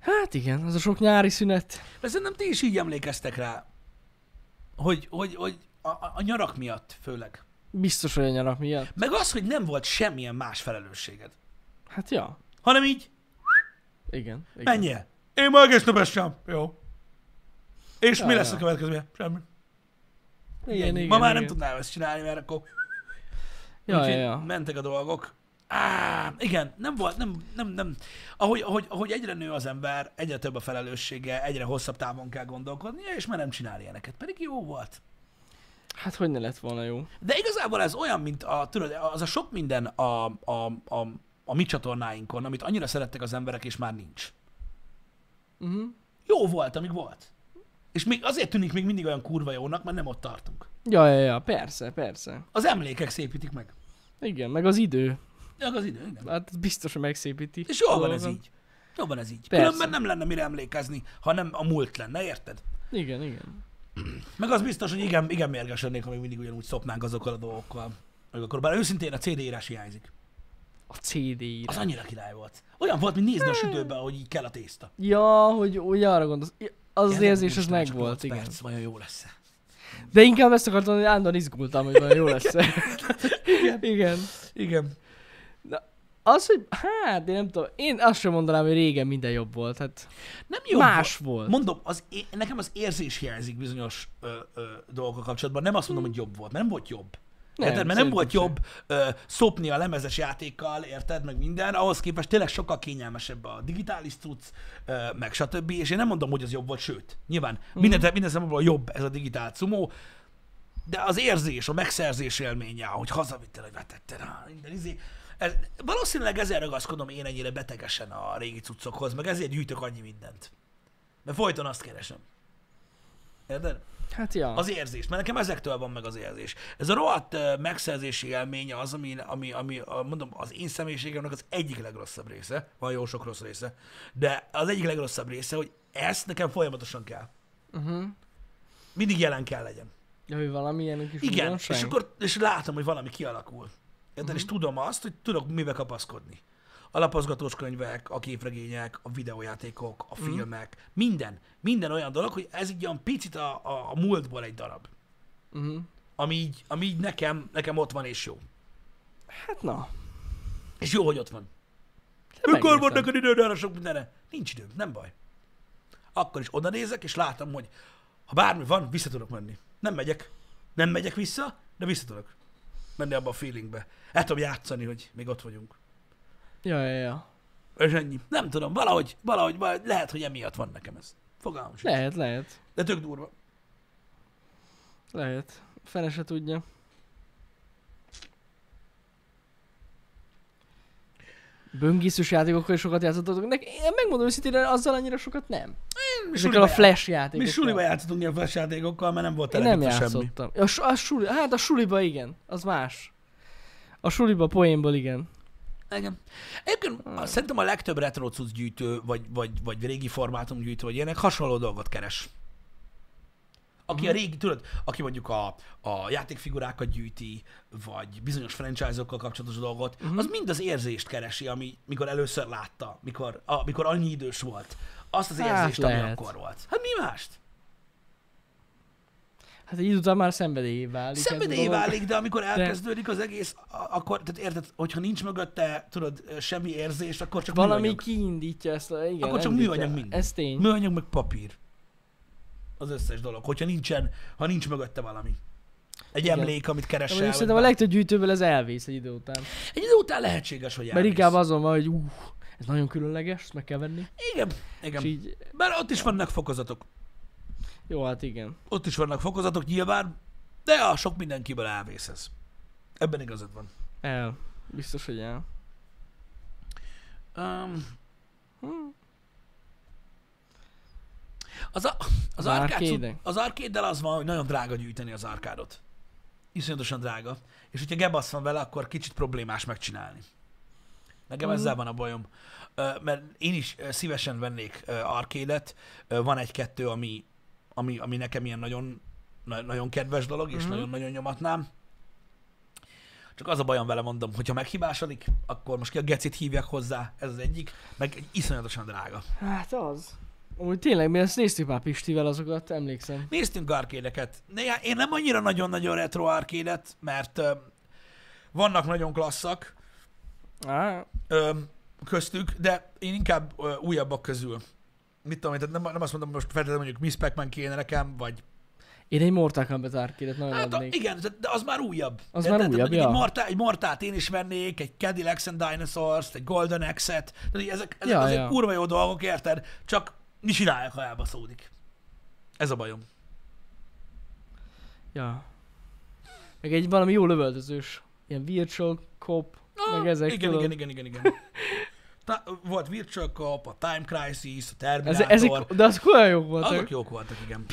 [SPEAKER 1] Hát igen, az a sok nyári szünet.
[SPEAKER 2] De szerintem ti is így emlékeztek rá, hogy, hogy, hogy a, a, a nyarak miatt főleg.
[SPEAKER 1] Biztos, hogy a nyarak miatt.
[SPEAKER 2] Meg az, hogy nem volt semmilyen más felelősséged,
[SPEAKER 1] Hát ja,
[SPEAKER 2] hanem így
[SPEAKER 1] igen. igen.
[SPEAKER 2] Menjél! Én ma egész nap sem. Jó. És mi
[SPEAKER 1] Ja,
[SPEAKER 2] lesz
[SPEAKER 1] ja.
[SPEAKER 2] a következő? Semmi.
[SPEAKER 1] Igen, igen,
[SPEAKER 2] ma már
[SPEAKER 1] igen.
[SPEAKER 2] nem tudnám ezt csinálni, mert akkor
[SPEAKER 1] Ja,
[SPEAKER 2] úgyhogy
[SPEAKER 1] ja, ja.
[SPEAKER 2] mentek a dolgok. Á, igen, nem volt, nem, nem, nem. Ahogy, ahogy, ahogy egyre nő az ember, egyre több a felelőssége, egyre hosszabb távon kell gondolkodnia, és már nem csinál ilyeneket. Pedig jó volt.
[SPEAKER 1] Hát hogy ne lett volna jó.
[SPEAKER 2] De igazából ez olyan, mint a, tudod, az a sok minden a, a, a, a mi csatornáinkon, amit annyira szerettek az emberek, és már nincs.
[SPEAKER 1] Uh-huh.
[SPEAKER 2] Jó volt, amíg volt. És még azért tűnik még mindig olyan kurva jónak, mert nem ott tartunk.
[SPEAKER 1] Ja, ja, ja, persze, persze.
[SPEAKER 2] Az emlékek szépítik meg.
[SPEAKER 1] Igen, meg az idő.
[SPEAKER 2] Meg az idő, igen.
[SPEAKER 1] Hát ez biztos, hogy megszépíti.
[SPEAKER 2] És jól van ez
[SPEAKER 1] dolgokat.
[SPEAKER 2] így. Jól van ez így.
[SPEAKER 1] Persze.
[SPEAKER 2] Különben nem lenne mire emlékezni, ha nem a múlt lenne, érted?
[SPEAKER 1] Igen, igen.
[SPEAKER 2] Meg az biztos, hogy igen, igen mérges lennék, ha még mindig ugyanúgy szopnánk azokkal a dolgokkal. Meg akkor bár őszintén a CD írás hiányzik.
[SPEAKER 1] A CD
[SPEAKER 2] Az
[SPEAKER 1] írás.
[SPEAKER 2] annyira király volt. Olyan volt, mint nézni a sütőben, hogy így kell a tészta.
[SPEAKER 1] Ja, hogy úgy arra gondolsz. Ja, Az, az
[SPEAKER 2] Jelenleg
[SPEAKER 1] érzés, az
[SPEAKER 2] úristen, csak
[SPEAKER 1] megvolt,
[SPEAKER 2] nyolc
[SPEAKER 1] igen.
[SPEAKER 2] Perc, vajon jó lesz
[SPEAKER 1] De inkább ezt akartam, hogy állandóan izgultam, hogy vajon jó lesz igen. *laughs* igen.
[SPEAKER 2] Igen.
[SPEAKER 1] Az, hogy hát, én nem tudom, én azt sem mondanám, hogy régen minden jobb volt. Hát
[SPEAKER 2] Nem jó
[SPEAKER 1] más volt.
[SPEAKER 2] Mondom, az é- nekem az érzés hiányzik bizonyos ö, ö, dolgok kapcsolatban. Nem azt mondom, hogy jobb volt, mert nem volt jobb.
[SPEAKER 1] Nem,
[SPEAKER 2] érted? Mert nem
[SPEAKER 1] szerintem
[SPEAKER 2] volt
[SPEAKER 1] sem.
[SPEAKER 2] jobb ö, szopni a lemezes játékkal, érted, meg minden, ahhoz képest tényleg sokkal kényelmesebb a digitális cucc, ö, meg stb. És én nem mondom, hogy az jobb volt, sőt, nyilván
[SPEAKER 1] Mhm.
[SPEAKER 2] minden, minden szempontból jobb ez a digitál cumó, de az érzés, a megszerzés élménye, hogy hazavitted, hogy vetetted, á, minden izé. Ez, valószínűleg ezért ragaszkodom én ennyire betegesen a régi cuccokhoz, meg ezért gyűjtök annyi mindent. Mert folyton azt keresem. Érted?
[SPEAKER 1] Hát ja.
[SPEAKER 2] Az érzés, mert nekem ezektől van meg az érzés. Ez a rohadt ö, megszerzési élménye az, ami, ami, ami a- mondom, az én személyiségemnek az egyik legrosszabb része, van jó sok rossz része, de az egyik legrosszabb része, hogy ezt nekem folyamatosan kell.
[SPEAKER 1] Uh-huh.
[SPEAKER 2] Mindig jelen kell legyen.
[SPEAKER 1] Ja, hogy valamilyen kis
[SPEAKER 2] Igen,
[SPEAKER 1] újdonság.
[SPEAKER 2] és akkor és látom, hogy valami kialakul. Érted? Uh-huh. És tudom azt, hogy tudok mibe kapaszkodni. A lapozgatós könyvek, a képregények, a videójátékok, a filmek, minden. Minden olyan dolog, hogy ez így olyan picit a, a, a múltból egy darab.
[SPEAKER 1] Uh-huh.
[SPEAKER 2] Ami így, ami így nekem, nekem ott van, és jó.
[SPEAKER 1] Hát na.
[SPEAKER 2] És jó, hogy ott van.
[SPEAKER 1] de
[SPEAKER 2] Mikor van
[SPEAKER 1] megértem.
[SPEAKER 2] neked időd arra sok mindenre? Nincs időm, nem baj. Akkor is oda nézek, és látom, hogy ha bármi van, vissza tudok menni. Nem megyek. Nem megyek vissza, de vissza tudok menni abba a feelingbe. El tudom játszani, hogy még ott vagyunk.
[SPEAKER 1] Ja, ja, ja.
[SPEAKER 2] És ennyi. Nem tudom, valahogy, valahogy, valahogy lehet, hogy emiatt van nekem ez. Fogalmam sincs.
[SPEAKER 1] Lehet, lehet.
[SPEAKER 2] De tök durva.
[SPEAKER 1] Lehet. Fene se tudja. Böngészős játékokkal is sokat játszottatok. Nek, én megmondom őszintén, azzal annyira sokat nem.
[SPEAKER 2] Mi
[SPEAKER 1] Ezekkel a
[SPEAKER 2] suliba, jár...
[SPEAKER 1] flash
[SPEAKER 2] mi
[SPEAKER 1] játékokkal.
[SPEAKER 2] suliba játszottunk ilyen flash játékokkal, mert nem volt
[SPEAKER 1] Én nem
[SPEAKER 2] telekítve semmi.
[SPEAKER 1] játszottam. A, su- a suli, hát a suliba igen, az más. A suliba poénból igen.
[SPEAKER 2] Igen. Egyébként a- szerintem a legtöbb retro cucc gyűjtő, vagy, vagy, vagy régi formátum gyűjtő, vagy ilyenek hasonló dolgot keres. aki
[SPEAKER 1] Mhm.
[SPEAKER 2] uh-huh. a régi, tudod, aki mondjuk a, a játékfigurákat gyűjti, vagy bizonyos franchise-okkal kapcsolatos dolgot,
[SPEAKER 1] Mhm.
[SPEAKER 2] uh-huh. az mind az érzést keresi, ami, mikor először látta, mikor, a, mikor annyi idős volt. Azt az
[SPEAKER 1] Hát
[SPEAKER 2] érzést, ami
[SPEAKER 1] lehet.
[SPEAKER 2] akkor volt. Hát mi mást?
[SPEAKER 1] Hát egy idő után már szenvedélyé válik. ez a
[SPEAKER 2] Szenvedély
[SPEAKER 1] dolog.
[SPEAKER 2] válik, de amikor elkezdődik az egész, a- akkor, tehát érted, hogyha nincs mögötte, tudod, semmi érzés, akkor csak
[SPEAKER 1] Valami
[SPEAKER 2] műanyag.
[SPEAKER 1] kiindítja ezt a... Igen,
[SPEAKER 2] Akkor csak
[SPEAKER 1] indítja.
[SPEAKER 2] műanyag minden.
[SPEAKER 1] Ez tény.
[SPEAKER 2] Műanyag meg papír. Az összes dolog, hogyha nincsen, ha nincs mögötte valami. Egy
[SPEAKER 1] Igen.
[SPEAKER 2] emlék, amit
[SPEAKER 1] De
[SPEAKER 2] keresel.
[SPEAKER 1] Mondjuk
[SPEAKER 2] vagy
[SPEAKER 1] szerintem a legtöbb gyűjtőből ez elvész egy idő után.
[SPEAKER 2] Egy idő után lehetséges, hogy
[SPEAKER 1] Mert
[SPEAKER 2] elmész.
[SPEAKER 1] inkább azon van, hogy uh, ez nagyon különleges, ezt meg kell venni.
[SPEAKER 2] Igen,
[SPEAKER 1] És
[SPEAKER 2] igen.
[SPEAKER 1] így,
[SPEAKER 2] Bár ott is vannak fokozatok.
[SPEAKER 1] jó, hát igen.
[SPEAKER 2] Ott is vannak fokozatok nyilván, de a sok mindenkiből elvész ez. Ebben igazad van.
[SPEAKER 1] El. Biztos, hogy el.
[SPEAKER 2] Um,
[SPEAKER 1] Hm.
[SPEAKER 2] az, a, az,
[SPEAKER 1] Az
[SPEAKER 2] arkád,
[SPEAKER 1] arcade-ek?
[SPEAKER 2] az arcade az van, hogy nagyon drága gyűjteni az arkádot. Iszonyatosan drága. És hogyha gebasz van vele, akkor kicsit problémás megcsinálni. Nekem
[SPEAKER 1] Mhm.
[SPEAKER 2] ezzel van a bajom. Ö, Mert én is ö, szívesen vennék ö, arcade-et. Ö, Van egy-kettő, ami, ami, ami nekem ilyen nagyon, na- nagyon kedves dolog, és
[SPEAKER 1] Mhm.
[SPEAKER 2] nagyon-nagyon nyomatnám. Csak az a bajom vele mondom, hogyha meghibásodik, akkor most ki a gecit hívják hozzá, ez az egyik, meg iszonyatosan drága.
[SPEAKER 1] Hát az. Úgy tényleg, mi ezt néztük már Pistivel azokat, emlékszem.
[SPEAKER 2] Néztünk arkédeket. Néha- Én nem annyira nagyon-nagyon retro arkédet, mert ö, vannak nagyon klasszak
[SPEAKER 1] Á,
[SPEAKER 2] ö, köztük, de én inkább ö, újabbak közül. Mit tudom én, tehát nem, nem azt mondom, most feltétlenül mondjuk Miss pac kéne nekem, vagy...
[SPEAKER 1] én egy Mortal Kombat arcade nagyon
[SPEAKER 2] Hát a,
[SPEAKER 1] adnék.
[SPEAKER 2] igen, de- de az már újabb.
[SPEAKER 1] Az
[SPEAKER 2] De-
[SPEAKER 1] már
[SPEAKER 2] de- de
[SPEAKER 1] újabb,
[SPEAKER 2] mondjuk
[SPEAKER 1] ja.
[SPEAKER 2] egy, Mortá, egy Mortát én is vennék, egy Cadillacs and Dinosaurs, egy Golden Axe-et, tehát így ezek, ezek
[SPEAKER 1] Ja,
[SPEAKER 2] ja, azért
[SPEAKER 1] ja.
[SPEAKER 2] kurva jó dolgok, érted? Csak mi csinálják, ha elbaszódik? Ez a bajom.
[SPEAKER 1] Ja. Meg egy valami jó lövöldözős. Ilyen virtual cop. Meg ezek,
[SPEAKER 2] Ah, igen,
[SPEAKER 1] tudod.
[SPEAKER 2] igen, igen, igen,
[SPEAKER 1] *laughs*
[SPEAKER 2] igen. Ta, volt Virtual Cop, a Time Crisis, a
[SPEAKER 1] Ez,
[SPEAKER 2] Terminator.
[SPEAKER 1] ezek, de azok olyan jók
[SPEAKER 2] azok
[SPEAKER 1] voltak.
[SPEAKER 2] jók voltak, igen.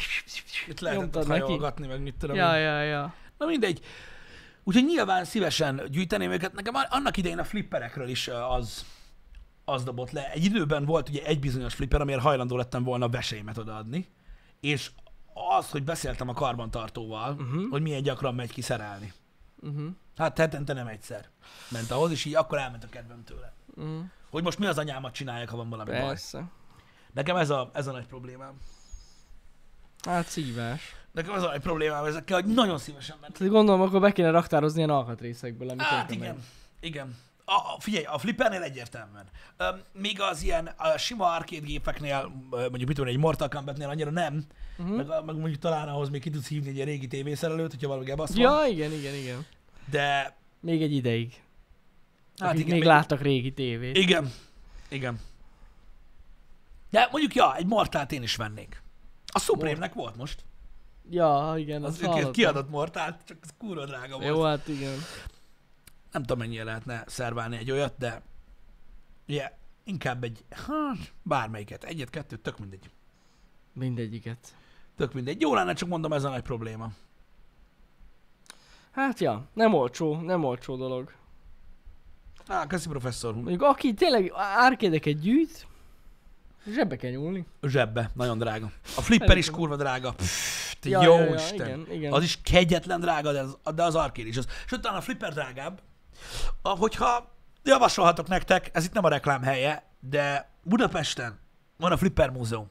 [SPEAKER 2] Itt lehetett
[SPEAKER 1] Nyomtad
[SPEAKER 2] ott
[SPEAKER 1] neki?
[SPEAKER 2] hajolgatni, meg mit tudom.
[SPEAKER 1] Ja,
[SPEAKER 2] én.
[SPEAKER 1] ja, ja.
[SPEAKER 2] Na mindegy. Úgyhogy nyilván szívesen gyűjteném őket. Nekem a- annak idején a flipperekről is ö, az, az dobott le. Egy időben volt ugye egy bizonyos flipper, amiért hajlandó lettem volna a vesémet odaadni. És az, hogy beszéltem a karbantartóval,
[SPEAKER 1] Mhm.
[SPEAKER 2] uh-huh. hogy milyen gyakran megy kiszerelni.
[SPEAKER 1] Uh-huh.
[SPEAKER 2] Hát hetente nem egyszer ment ahhoz, és így akkor elment a kedvem tőle.
[SPEAKER 1] Uh-huh.
[SPEAKER 2] Hogy most mi az anyámat csináljak, ha van valami baj.
[SPEAKER 1] Persze.
[SPEAKER 2] Nekem ez a, ez a nagy problémám.
[SPEAKER 1] Hát szívás.
[SPEAKER 2] Nekem ez a nagy problémám ezekkel, hogy nagyon szívesen ment.
[SPEAKER 1] Tehát gondolom, akkor be kéne raktározni ilyen alkatrészekből, amit
[SPEAKER 2] Hát
[SPEAKER 1] tönkre
[SPEAKER 2] igen,
[SPEAKER 1] megy.
[SPEAKER 2] igen. A, a, figyelj, a flippernél egyértelműen. Öm, még az ilyen a sima arcade gépeknél, ö, mondjuk mit tudom, én, egy Mortal Kombatnél annyira nem,
[SPEAKER 1] Mhm.
[SPEAKER 2] meg, a- meg, mondjuk talán ahhoz még ki tudsz hívni egy ilyen régi tévészerelőt, hogyha valami gebasz van.
[SPEAKER 1] Ja, igen, igen, igen.
[SPEAKER 2] De
[SPEAKER 1] Még egy ideig. Hát
[SPEAKER 2] hát
[SPEAKER 1] Akik
[SPEAKER 2] igen,
[SPEAKER 1] igen, még láttak régi tévét.
[SPEAKER 2] Igen. Igen. De mondjuk, ja, egy Mortát én is vennék. A Supreme-nek volt most.
[SPEAKER 1] Ja, igen,
[SPEAKER 2] Az
[SPEAKER 1] azt
[SPEAKER 2] ők
[SPEAKER 1] hallottam.
[SPEAKER 2] kiadott Mortát, csak ez kurva drága volt.
[SPEAKER 1] Jó, hát igen.
[SPEAKER 2] Nem tudom, mennyire lehetne szerválni egy olyat, de yeah, inkább egy, hát, bármelyiket. Egyet, kettőt, tök mindegy.
[SPEAKER 1] Mindegyiket.
[SPEAKER 2] Tök mindegy. Jó lenne, csak mondom, ez a nagy probléma.
[SPEAKER 1] Hát ja, nem olcsó, nem olcsó dolog.
[SPEAKER 2] Á, köszi professzor.
[SPEAKER 1] Mondjuk aki tényleg árkédeket gyűjt, zsebbe kell nyúlni.
[SPEAKER 2] Zsebbe, nagyon drága. A flipper is kurva drága. Pff, te
[SPEAKER 1] Ja,
[SPEAKER 2] jó
[SPEAKER 1] ja, ja,
[SPEAKER 2] Isten.
[SPEAKER 1] igen, igen.
[SPEAKER 2] Az is kegyetlen drága, de az, de az arcade is az. Sőt, talán a flipper drágább. A- Hogyha javasolhatok nektek, ez itt nem a reklám helye, de Budapesten van a Flipper Múzeum.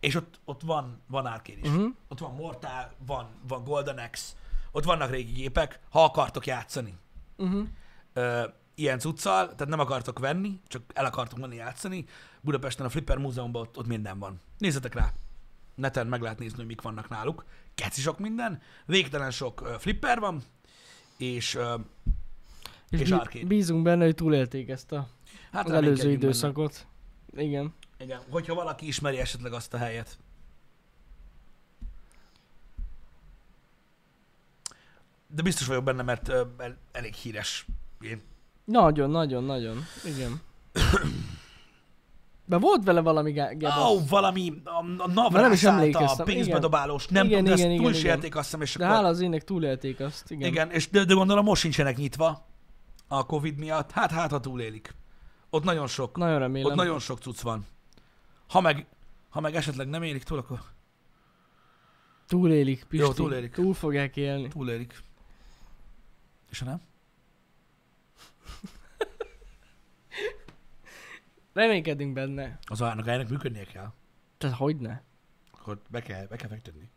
[SPEAKER 2] És ott, ott van, van arcade is.
[SPEAKER 1] Mhm.
[SPEAKER 2] Ott van Mortal, van, van Golden Axe, ott vannak régi gépek, ha akartok játszani
[SPEAKER 1] Uh-huh.
[SPEAKER 2] ö, ilyen cuccal, tehát nem akartok venni, csak el akartok menni játszani. Budapesten a Flipper Múzeumban ott, ott minden van. Nézzetek rá! Neten meg lehet nézni, hogy mik vannak náluk. Keci sok minden, végtelen sok ö, flipper van, és ö,
[SPEAKER 1] És,
[SPEAKER 2] És
[SPEAKER 1] bí-
[SPEAKER 2] arcade.
[SPEAKER 1] bízunk benne, hogy túlélték ezt a,
[SPEAKER 2] hát
[SPEAKER 1] az előző
[SPEAKER 2] reménykedjünk
[SPEAKER 1] időszakot. Igen.
[SPEAKER 2] Benne. Igen, hogyha valaki ismeri esetleg azt a helyet. De biztos vagyok benne, mert ö, el, elég híres. Én
[SPEAKER 1] Nagyon, nagyon, nagyon. Igen. De volt vele valami gá-
[SPEAKER 2] Ó,
[SPEAKER 1] gebasz.
[SPEAKER 2] oh, valami a,
[SPEAKER 1] Már
[SPEAKER 2] a
[SPEAKER 1] nem is
[SPEAKER 2] navrás állt a
[SPEAKER 1] emlékeztem.
[SPEAKER 2] pénzbe
[SPEAKER 1] Igen.
[SPEAKER 2] dobálós, nem
[SPEAKER 1] Igen,
[SPEAKER 2] igen, tudom, de
[SPEAKER 1] igen,
[SPEAKER 2] ezt
[SPEAKER 1] igen,
[SPEAKER 2] túlsérték azt hiszem, és
[SPEAKER 1] De
[SPEAKER 2] akkor...
[SPEAKER 1] hála az ének túlélték azt. Igen.
[SPEAKER 2] igen. és de, de gondolom most sincsenek nyitva a Covid miatt. Hát, hát, ha túlélik. Ott nagyon sok,
[SPEAKER 1] Nagyon remélem.
[SPEAKER 2] ott nagyon sok cucc van. Ha meg, ha meg esetleg nem élik túl, akkor...
[SPEAKER 1] Túlélik, Pisti.
[SPEAKER 2] Jó, túlélik.
[SPEAKER 1] Túl fogják élni.
[SPEAKER 2] Túlélik. És ha nem?
[SPEAKER 1] Reménykedünk benne.
[SPEAKER 2] Az ANG-nek működnie kell.
[SPEAKER 1] Tehát hogy ne?
[SPEAKER 2] Akkor be kell, be kell fektetni.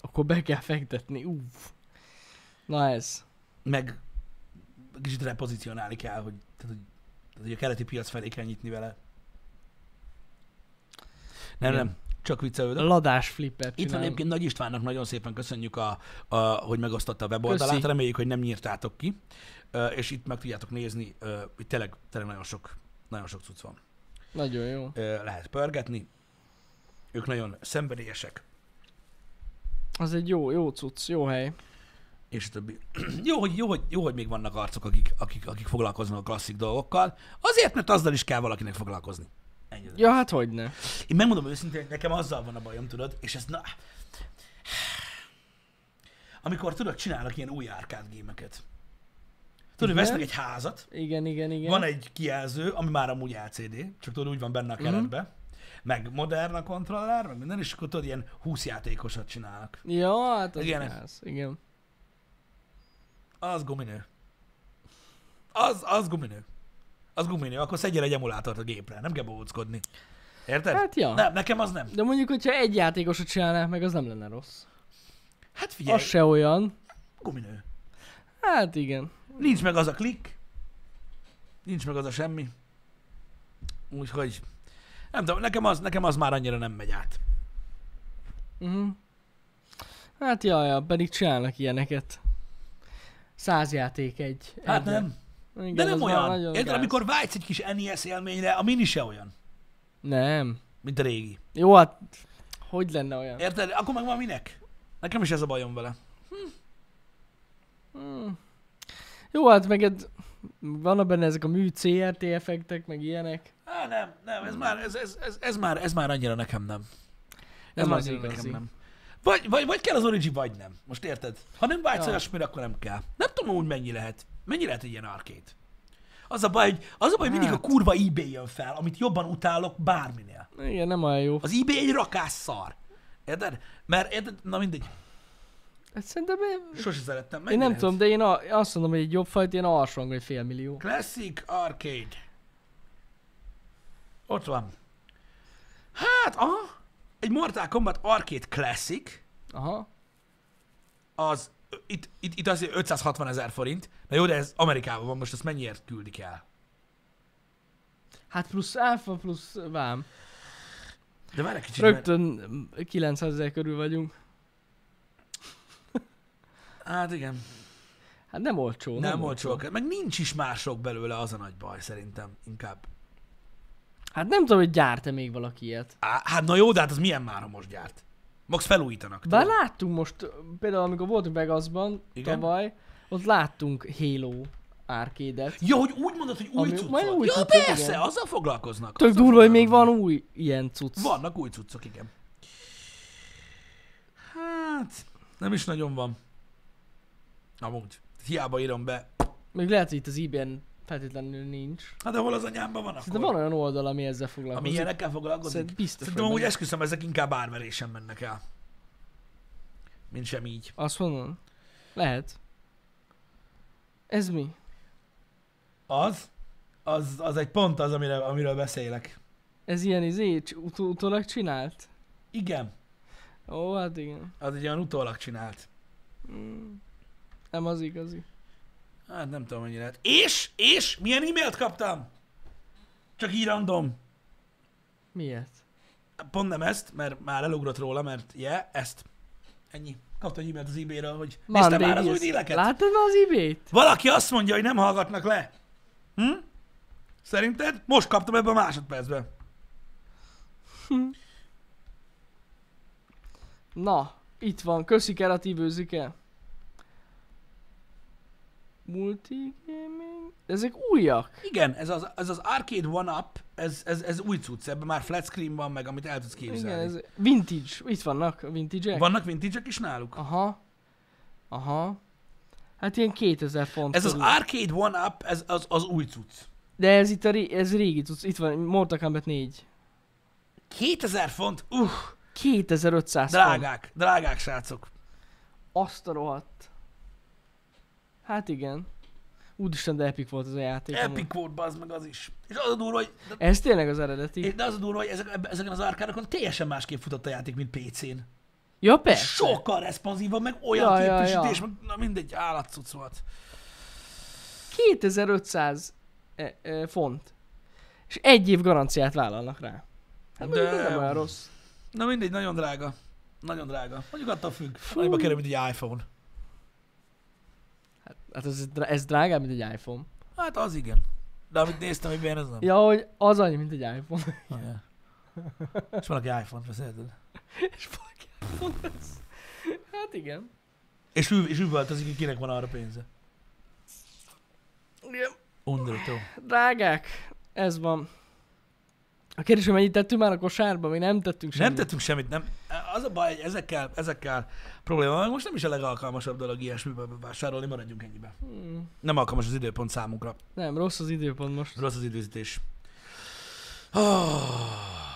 [SPEAKER 1] Akkor be kell fektetni. Uff. Na ez.
[SPEAKER 2] Meg kicsit repozícionálni kell, hogy, tehát, hogy, tehát, hogy a keleti piac felé kell nyitni vele. Nem,
[SPEAKER 1] Igen.
[SPEAKER 2] nem, csak viccelődök.
[SPEAKER 1] Ladás flippet
[SPEAKER 2] Itt van
[SPEAKER 1] csinálunk.
[SPEAKER 2] egyébként Nagy Istvánnak nagyon szépen köszönjük, a, a, hogy megosztotta a weboldalát.
[SPEAKER 1] Köszi.
[SPEAKER 2] Reméljük, hogy nem nyírtátok ki. Ö, És itt meg tudjátok nézni, ö, itt tényleg, tényleg nagyon sok, nagyon sok cucc van.
[SPEAKER 1] Nagyon jó.
[SPEAKER 2] Ö, Lehet pörgetni. Ők nagyon szenvedélyesek,
[SPEAKER 1] Az egy jó, jó cucc, jó hely.
[SPEAKER 2] és a többi. *clears throat* jó, hogy, jó, hogy, jó, hogy még vannak arcok, akik, akik, akik foglalkoznak a klasszik dolgokkal. Azért, mert azzal is kell valakinek foglalkozni. Ennyi.
[SPEAKER 1] Ja, hát hogy ne.
[SPEAKER 2] Én megmondom őszintén, hogy nekem azzal van a bajom, tudod, és ez na... Amikor tudod, csinálnak ilyen új arcade gémeket. Tudod,
[SPEAKER 1] Igen.
[SPEAKER 2] hogy vesznek egy házat,
[SPEAKER 1] Igen, igen, igen.
[SPEAKER 2] van egy kijelző, ami már amúgy LCD, csak tudod, úgy van benne
[SPEAKER 1] Mhm.
[SPEAKER 2] a keretbe, meg modern a kontroller, meg minden, és akkor tudod, ilyen 20 játékosat csinálnak.
[SPEAKER 1] Ja, hát az
[SPEAKER 2] Igen.
[SPEAKER 1] igen. Gáz. igen.
[SPEAKER 2] Az guminő. Az, az guminő. Az guminő. Akkor szedjél egy emulátort a gépre, nem kell bohóckodni. Érted?
[SPEAKER 1] Hát ja.
[SPEAKER 2] Nem, nekem az nem.
[SPEAKER 1] De mondjuk, hogyha egy játékosot csinálnák meg, az nem lenne rossz.
[SPEAKER 2] Hát
[SPEAKER 1] Az
[SPEAKER 2] figyelj,
[SPEAKER 1] se olyan.
[SPEAKER 2] guminő.
[SPEAKER 1] Hát igen.
[SPEAKER 2] Nincs meg az a klik, nincs meg az a semmi. Úgyhogy nem tudom, nekem az, nekem az már annyira nem megy át.
[SPEAKER 1] Uh-huh. Hát jaj, ja, pedig csinálnak ilyeneket. Száz játék egy.
[SPEAKER 2] Hát
[SPEAKER 1] egyre.
[SPEAKER 2] nem,
[SPEAKER 1] Igen,
[SPEAKER 2] de nem
[SPEAKER 1] az már
[SPEAKER 2] olyan.
[SPEAKER 1] nagyon
[SPEAKER 2] Érted,
[SPEAKER 1] gáz.
[SPEAKER 2] amikor vágysz egy kis NES élményre, a mini se olyan,
[SPEAKER 1] Nem.
[SPEAKER 2] mint a régi.
[SPEAKER 1] Jó, hát... Hogy lenne olyan?
[SPEAKER 2] Érted? Akkor meg van minek? Nekem is ez a bajom vele.
[SPEAKER 1] Hmm. Jó, hát meg ed... vannak benne ezek a mű CRT effektek, meg ilyenek.
[SPEAKER 2] Á, nem, nem,
[SPEAKER 1] Hmm.
[SPEAKER 2] ez már, ez, ez, ez, ez már, ez már annyira nekem nem. Ez
[SPEAKER 1] Nem
[SPEAKER 2] már
[SPEAKER 1] az
[SPEAKER 2] annyira nekem
[SPEAKER 1] igazi.
[SPEAKER 2] nem. Vagy, vagy, vagy kell az Origi, vagy nem. Most érted? Ha nem vágysz
[SPEAKER 1] Ja.
[SPEAKER 2] olyasmire, akkor nem kell. Nem tudom úgy mennyi lehet. Mennyi lehet egy ilyen arcade? Az a baj, hogy, az a baj, hogy mindig a
[SPEAKER 1] Hát.
[SPEAKER 2] kurva eBay jön fel, amit jobban utálok bárminél.
[SPEAKER 1] Igen, nem olyan jó.
[SPEAKER 2] Az eBay egy rakás szar. Érted? Mert, érted? Na mindegy.
[SPEAKER 1] Hát szerintem én,
[SPEAKER 2] Sose szerettem. Mennyi
[SPEAKER 1] én nem
[SPEAKER 2] lehet?
[SPEAKER 1] tudom, de én a, azt mondom, hogy egy jobb fajta, ilyen alsóan, hogy fél millió.
[SPEAKER 2] Classic Arcade. Ott van. Hát, aha. Egy Mortal Kombat Arcade Classic.
[SPEAKER 1] Aha.
[SPEAKER 2] az itt, itt, itt azért 560 ezer forint. Na jó, de ez Amerikában van, most ezt mennyiért küldik el?
[SPEAKER 1] Hát plusz áfa, plusz vám.
[SPEAKER 2] De várj egy kicsit, mert,
[SPEAKER 1] Rögtön mm, 900 ezer körül vagyunk.
[SPEAKER 2] hát igen,
[SPEAKER 1] Hát nem olcsó.
[SPEAKER 2] nem, nem olcsóak. Meg nincs is már sok belőle, az a nagy baj szerintem inkább.
[SPEAKER 1] Hát nem tudom, hogy gyárt-e még valaki ilyet.
[SPEAKER 2] Á, hát na jó, de hát az milyen már a most gyárt? Max felújítanak. tudod?
[SPEAKER 1] Bár láttunk most, ö, például amikor voltunk Vegasban
[SPEAKER 2] Igen?
[SPEAKER 1] tavaly, ott láttunk Halo árkédet.
[SPEAKER 2] Ja, hogy úgy mondod, hogy új
[SPEAKER 1] Ami-
[SPEAKER 2] cuccok.
[SPEAKER 1] majd új
[SPEAKER 2] ja,
[SPEAKER 1] cuccok,
[SPEAKER 2] persze,
[SPEAKER 1] igen.
[SPEAKER 2] azzal foglalkoznak.
[SPEAKER 1] Tök
[SPEAKER 2] azzal
[SPEAKER 1] durva, hogy még van
[SPEAKER 2] foglalkoznak.
[SPEAKER 1] új ilyen cucc.
[SPEAKER 2] Vannak új cuccok, igen. Hát, nem is nagyon van. Amúgy. Hiába írom be.
[SPEAKER 1] Még lehet, hogy itt az IBN feltétlenül nincs.
[SPEAKER 2] Hát de hol az anyámban van akkor?
[SPEAKER 1] De van olyan oldal, ami ezzel foglalkozik.
[SPEAKER 2] Ami ilyenekkel foglalkozik?
[SPEAKER 1] Szerint biztos,
[SPEAKER 2] Szerintem
[SPEAKER 1] hogy
[SPEAKER 2] amúgy
[SPEAKER 1] benne.
[SPEAKER 2] esküszöm, ezek inkább árverésen mennek el. Mint sem így.
[SPEAKER 1] Azt mondom. Lehet. Ez mi?
[SPEAKER 2] Az? Az, az egy pont az, amire, amiről beszélek.
[SPEAKER 1] Ez ilyen izé, cs- ut- utólag csinált?
[SPEAKER 2] Igen,
[SPEAKER 1] Ó, hát igen.
[SPEAKER 2] az egy olyan utólag csinált.
[SPEAKER 1] Mm. Nem az igazi.
[SPEAKER 2] Hát nem tudom, mennyi lehet. És, és milyen e-mailt kaptam? Csak így random.
[SPEAKER 1] Miért?
[SPEAKER 2] Pont nem ezt, mert már elugrott róla, mert je, yeah, ezt. Ennyi. Kaptam egy e-mailt az ebay-ről, hogy néztem már az új díleket.
[SPEAKER 1] Láttad már az ibét?
[SPEAKER 2] Valaki azt mondja, hogy nem hallgatnak le. Hm? Szerinted? Most kaptam ebbe a másodpercben.
[SPEAKER 1] Na, itt van. Köszi keratív őzike. Multigaming? Ezek újak.
[SPEAKER 2] Igen, ez az, ez az Arcade One Up, ez, ez, ez új cucc, ebben már flat screen van meg, amit el tudsz képzelni.
[SPEAKER 1] Igen, ez vintage. Itt vannak a vintage
[SPEAKER 2] Vannak vintage is náluk?
[SPEAKER 1] Aha. Aha. Hát ilyen 2000 font.
[SPEAKER 2] Ez az
[SPEAKER 1] körül.
[SPEAKER 2] Arcade One Up, ez az, az új cucc.
[SPEAKER 1] De ez itt a ré... ez régi cucc. Itt van Mortal Kombat 4.
[SPEAKER 2] 2000 font, uh,
[SPEAKER 1] 2500 font.
[SPEAKER 2] Drágák, drágák srácok.
[SPEAKER 1] Azt a rohadt. Hát igen. Úristen, de epic volt az a játék. amúgy.
[SPEAKER 2] Epic volt, bazd meg az is. És az a durva, hogy... De,
[SPEAKER 1] Ez tényleg az eredeti?
[SPEAKER 2] de az a durva, hogy ezek, eb- ezeken az árkárakon teljesen másképp futott a játék, mint PC-n.
[SPEAKER 1] Ja, persze.
[SPEAKER 2] Sokkal responsívabb, meg olyan
[SPEAKER 1] Ja, ja,
[SPEAKER 2] ja,
[SPEAKER 1] ja.
[SPEAKER 2] képvisítés, ja, ja. meg na mindegy, állatcuc volt.
[SPEAKER 1] 2500 e, e, font. És egy év garanciát vállalnak rá. Hát
[SPEAKER 2] De-
[SPEAKER 1] de... ez nem olyan rossz.
[SPEAKER 2] Na mindegy, nagyon drága. Nagyon drága. Mondjuk attól függ. Annyiba kerül, mint egy iPhone.
[SPEAKER 1] Hát ez, drá- ez drágább, mint egy iPhone.
[SPEAKER 2] Hát az igen. De amit néztem, hogy milyen az nem.
[SPEAKER 1] Ja, hogy az annyi, mint egy iPhone. *laughs*
[SPEAKER 2] Ja. És van, aki iPhone-t vesz, érted?
[SPEAKER 1] És valaki iPhone lesz. Hát igen.
[SPEAKER 2] És, üv, és üvöltözik, hogy kinek van arra pénze.
[SPEAKER 1] Igen.
[SPEAKER 2] Undorító.
[SPEAKER 1] Drágák, ez van. A kérdés, hogy mennyit tettünk már a kosárba, mi nem tettünk
[SPEAKER 2] Semmit.
[SPEAKER 1] semmit.
[SPEAKER 2] Nem tettünk semmit, nem. Az a baj, hogy ezekkel, ezekkel probléma van. Most nem is a legalkalmasabb dolog ilyesmibe vásárolni, maradjunk ennyibe.
[SPEAKER 1] Mm,
[SPEAKER 2] Nem alkalmas az időpont számunkra.
[SPEAKER 1] nem, rossz az időpont most.
[SPEAKER 2] Rossz az időzítés. Oh.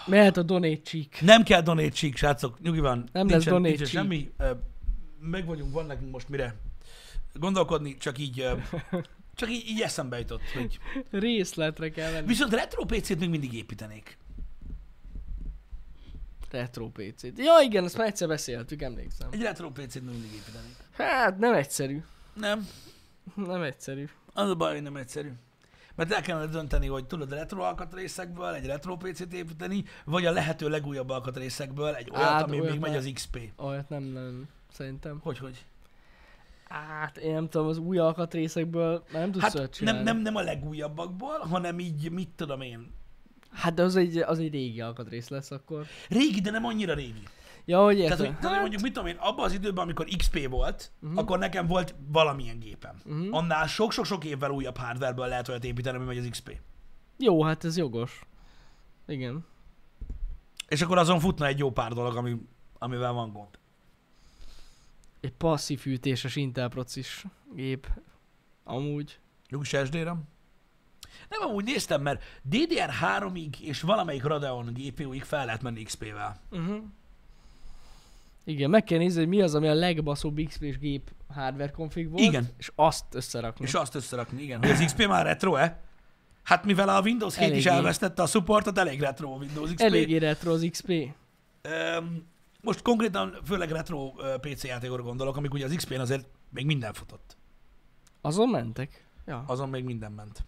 [SPEAKER 1] Mehet a donate csík.
[SPEAKER 2] Nem kell donate cheek, srácok, nyugi van.
[SPEAKER 1] Nem lesz donate
[SPEAKER 2] nincsen
[SPEAKER 1] cheek.
[SPEAKER 2] semmi. Ö, Meg vagyunk, van nekünk most mire gondolkodni, csak így, ö, csak így, így eszembe jutott, hogy...
[SPEAKER 1] Részletre kell venni.
[SPEAKER 2] Viszont retro PC-t még mindig építenék.
[SPEAKER 1] Retro PC-t. Ja igen, ezt már egyszer beszéltük, emlékszem.
[SPEAKER 2] Egy retro PC-t még mindig építenék.
[SPEAKER 1] Hát nem egyszerű.
[SPEAKER 2] Nem,
[SPEAKER 1] Nem egyszerű.
[SPEAKER 2] az a baj, hogy nem egyszerű. Mert el kellene dönteni, hogy tudod retro alkatrészekből egy retro PC-t építeni, vagy a lehető legújabb alkatrészekből egy olyat,
[SPEAKER 1] Át,
[SPEAKER 2] ami
[SPEAKER 1] olyat
[SPEAKER 2] még megy
[SPEAKER 1] ne.
[SPEAKER 2] az XP.
[SPEAKER 1] Olyat nem, nem, szerintem.
[SPEAKER 2] Hogy, hogy?
[SPEAKER 1] Hát én nem tudom, az új alkatrészekből már nem tudsz hát,
[SPEAKER 2] Hát
[SPEAKER 1] olyat
[SPEAKER 2] nem,
[SPEAKER 1] csinálni.
[SPEAKER 2] nem, nem a legújabbakból, hanem így, mit tudom én.
[SPEAKER 1] Hát de az egy, az egy régi alkatrész lesz akkor.
[SPEAKER 2] Régi, de nem annyira régi.
[SPEAKER 1] Ja, hogy
[SPEAKER 2] Tehát,
[SPEAKER 1] érted?
[SPEAKER 2] hogy, tehát, hogy mondjuk, mit tudom én, abban az időben, amikor XP volt,
[SPEAKER 1] Mhm.
[SPEAKER 2] uh-huh. akkor nekem volt valamilyen gépem. Uh-huh. Annál sok-sok-sok évvel újabb hardwareből lehet olyat építeni, ami megy az XP.
[SPEAKER 1] Jó, hát ez jogos. Igen.
[SPEAKER 2] És akkor azon futna egy jó pár dolog, ami, amivel van gond.
[SPEAKER 1] Egy passzív fűtéses Intel procis gép. Amúgy.
[SPEAKER 2] Nyugis sd Nem, amúgy néztem, mert DDR3-ig és valamelyik Radeon GPU-ig fel lehet menni XP-vel.
[SPEAKER 1] Uh-huh. Igen, meg kell nézni, hogy mi az, ami a legbaszóbb XP-s gép hardware config volt.
[SPEAKER 2] Igen.
[SPEAKER 1] És azt összerakni.
[SPEAKER 2] És azt összerakni, igen, hogy az XP már retro-e? Hát mivel a Windows 7 is
[SPEAKER 1] Eléggé.
[SPEAKER 2] elvesztette a supportot, elég retro a Windows XP.
[SPEAKER 1] Eléggé retro az XP.
[SPEAKER 2] Öm, most konkrétan főleg retro ö, PC játékokra gondolok, amik ugye az XP-n azért még minden futott.
[SPEAKER 1] Azon mentek? Ja.
[SPEAKER 2] Azon még minden ment.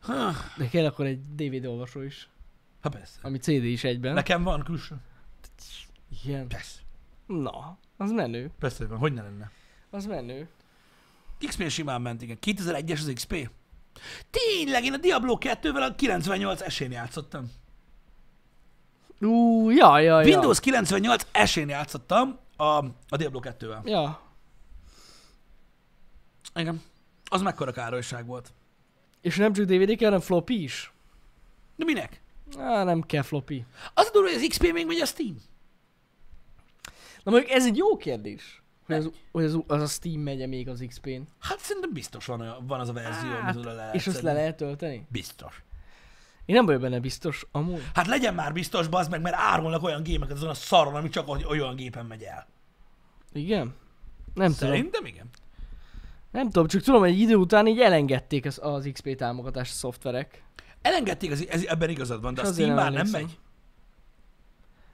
[SPEAKER 2] Ha,
[SPEAKER 1] De kell akkor egy DVD olvasó is.
[SPEAKER 2] ha persze.
[SPEAKER 1] Ami CD is egyben.
[SPEAKER 2] Nekem van külső.
[SPEAKER 1] Igen.
[SPEAKER 2] Persze.
[SPEAKER 1] Na, az menő.
[SPEAKER 2] Persze, hogy van. Hogy ne lenne?
[SPEAKER 1] Az menő.
[SPEAKER 2] XP -n simán ment, igen. 2001-es az XP. Tényleg, én a Diablo 2-vel a 98 esén játszottam.
[SPEAKER 1] Ú, ja, ja, ja.
[SPEAKER 2] Windows 98 esén játszottam a, a Diablo 2-vel.
[SPEAKER 1] Ja.
[SPEAKER 2] Igen. Az mekkora károlyság volt.
[SPEAKER 1] És nem csak DVD kell, hanem floppy is.
[SPEAKER 2] De minek?
[SPEAKER 1] Á, nem kell floppy.
[SPEAKER 2] Az a durva, hogy az XP még megy a Steam.
[SPEAKER 1] Na mondjuk ez egy jó kérdés. Hogy az, hogy az, az a Steam megye még az XP-n.
[SPEAKER 2] Hát szerintem biztos van, olyan, van az a verzió,
[SPEAKER 1] Hát,
[SPEAKER 2] hát, amit oda le lehet
[SPEAKER 1] És azt
[SPEAKER 2] szedni.
[SPEAKER 1] le lehet tölteni?
[SPEAKER 2] Biztos.
[SPEAKER 1] Én nem vagyok benne biztos, amúgy.
[SPEAKER 2] Hát legyen már biztos, bazd meg, mert árulnak olyan gémeket azon a szaron, ami csak oly- olyan gépen megy el.
[SPEAKER 1] Igen? Nem tudom.
[SPEAKER 2] Szerintem igen.
[SPEAKER 1] Nem tudom, csak tudom, hogy egy idő után így elengedték az, az XP támogatás szoftverek.
[SPEAKER 2] Elengedték, ez, ez, ebben igazad van, de
[SPEAKER 1] És
[SPEAKER 2] a
[SPEAKER 1] azért
[SPEAKER 2] Steam már nem
[SPEAKER 1] emlékszem.
[SPEAKER 2] megy.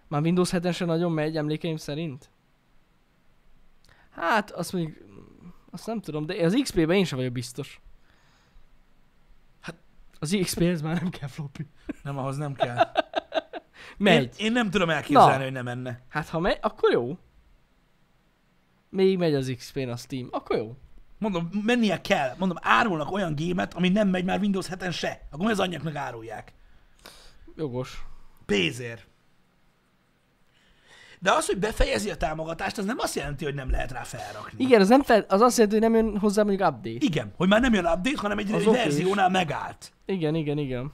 [SPEAKER 1] Már Windows 7-en se nagyon megy, emlékeim szerint. Hát, azt mondjuk, azt nem tudom, de az XP-ben én sem vagyok biztos.
[SPEAKER 2] Hát-
[SPEAKER 1] az XP-hez már nem kell floppy.
[SPEAKER 2] Nem, ahhoz nem kell. Én,
[SPEAKER 1] Megy.
[SPEAKER 2] én nem tudom elképzelni,
[SPEAKER 1] Na.
[SPEAKER 2] hogy nem menne.
[SPEAKER 1] Hát ha megy, akkor jó. Még megy az XP-n a Steam, akkor jó.
[SPEAKER 2] Mondom, mennie kell. Mondom, árulnak olyan gémet, ami nem megy már Windows 7-en se. Akkor mi az anyjak meg árulják?
[SPEAKER 1] Jogos.
[SPEAKER 2] Pénzért. De az, hogy befejezi a támogatást, az nem azt jelenti, hogy nem lehet rá felrakni.
[SPEAKER 1] Igen, az, nem fel, az azt jelenti, hogy nem jön hozzá mondjuk update.
[SPEAKER 2] Igen, hogy már nem jön update, hanem egy,
[SPEAKER 1] Az
[SPEAKER 2] egy
[SPEAKER 1] oké is.
[SPEAKER 2] verziónál megállt.
[SPEAKER 1] Igen, igen, igen.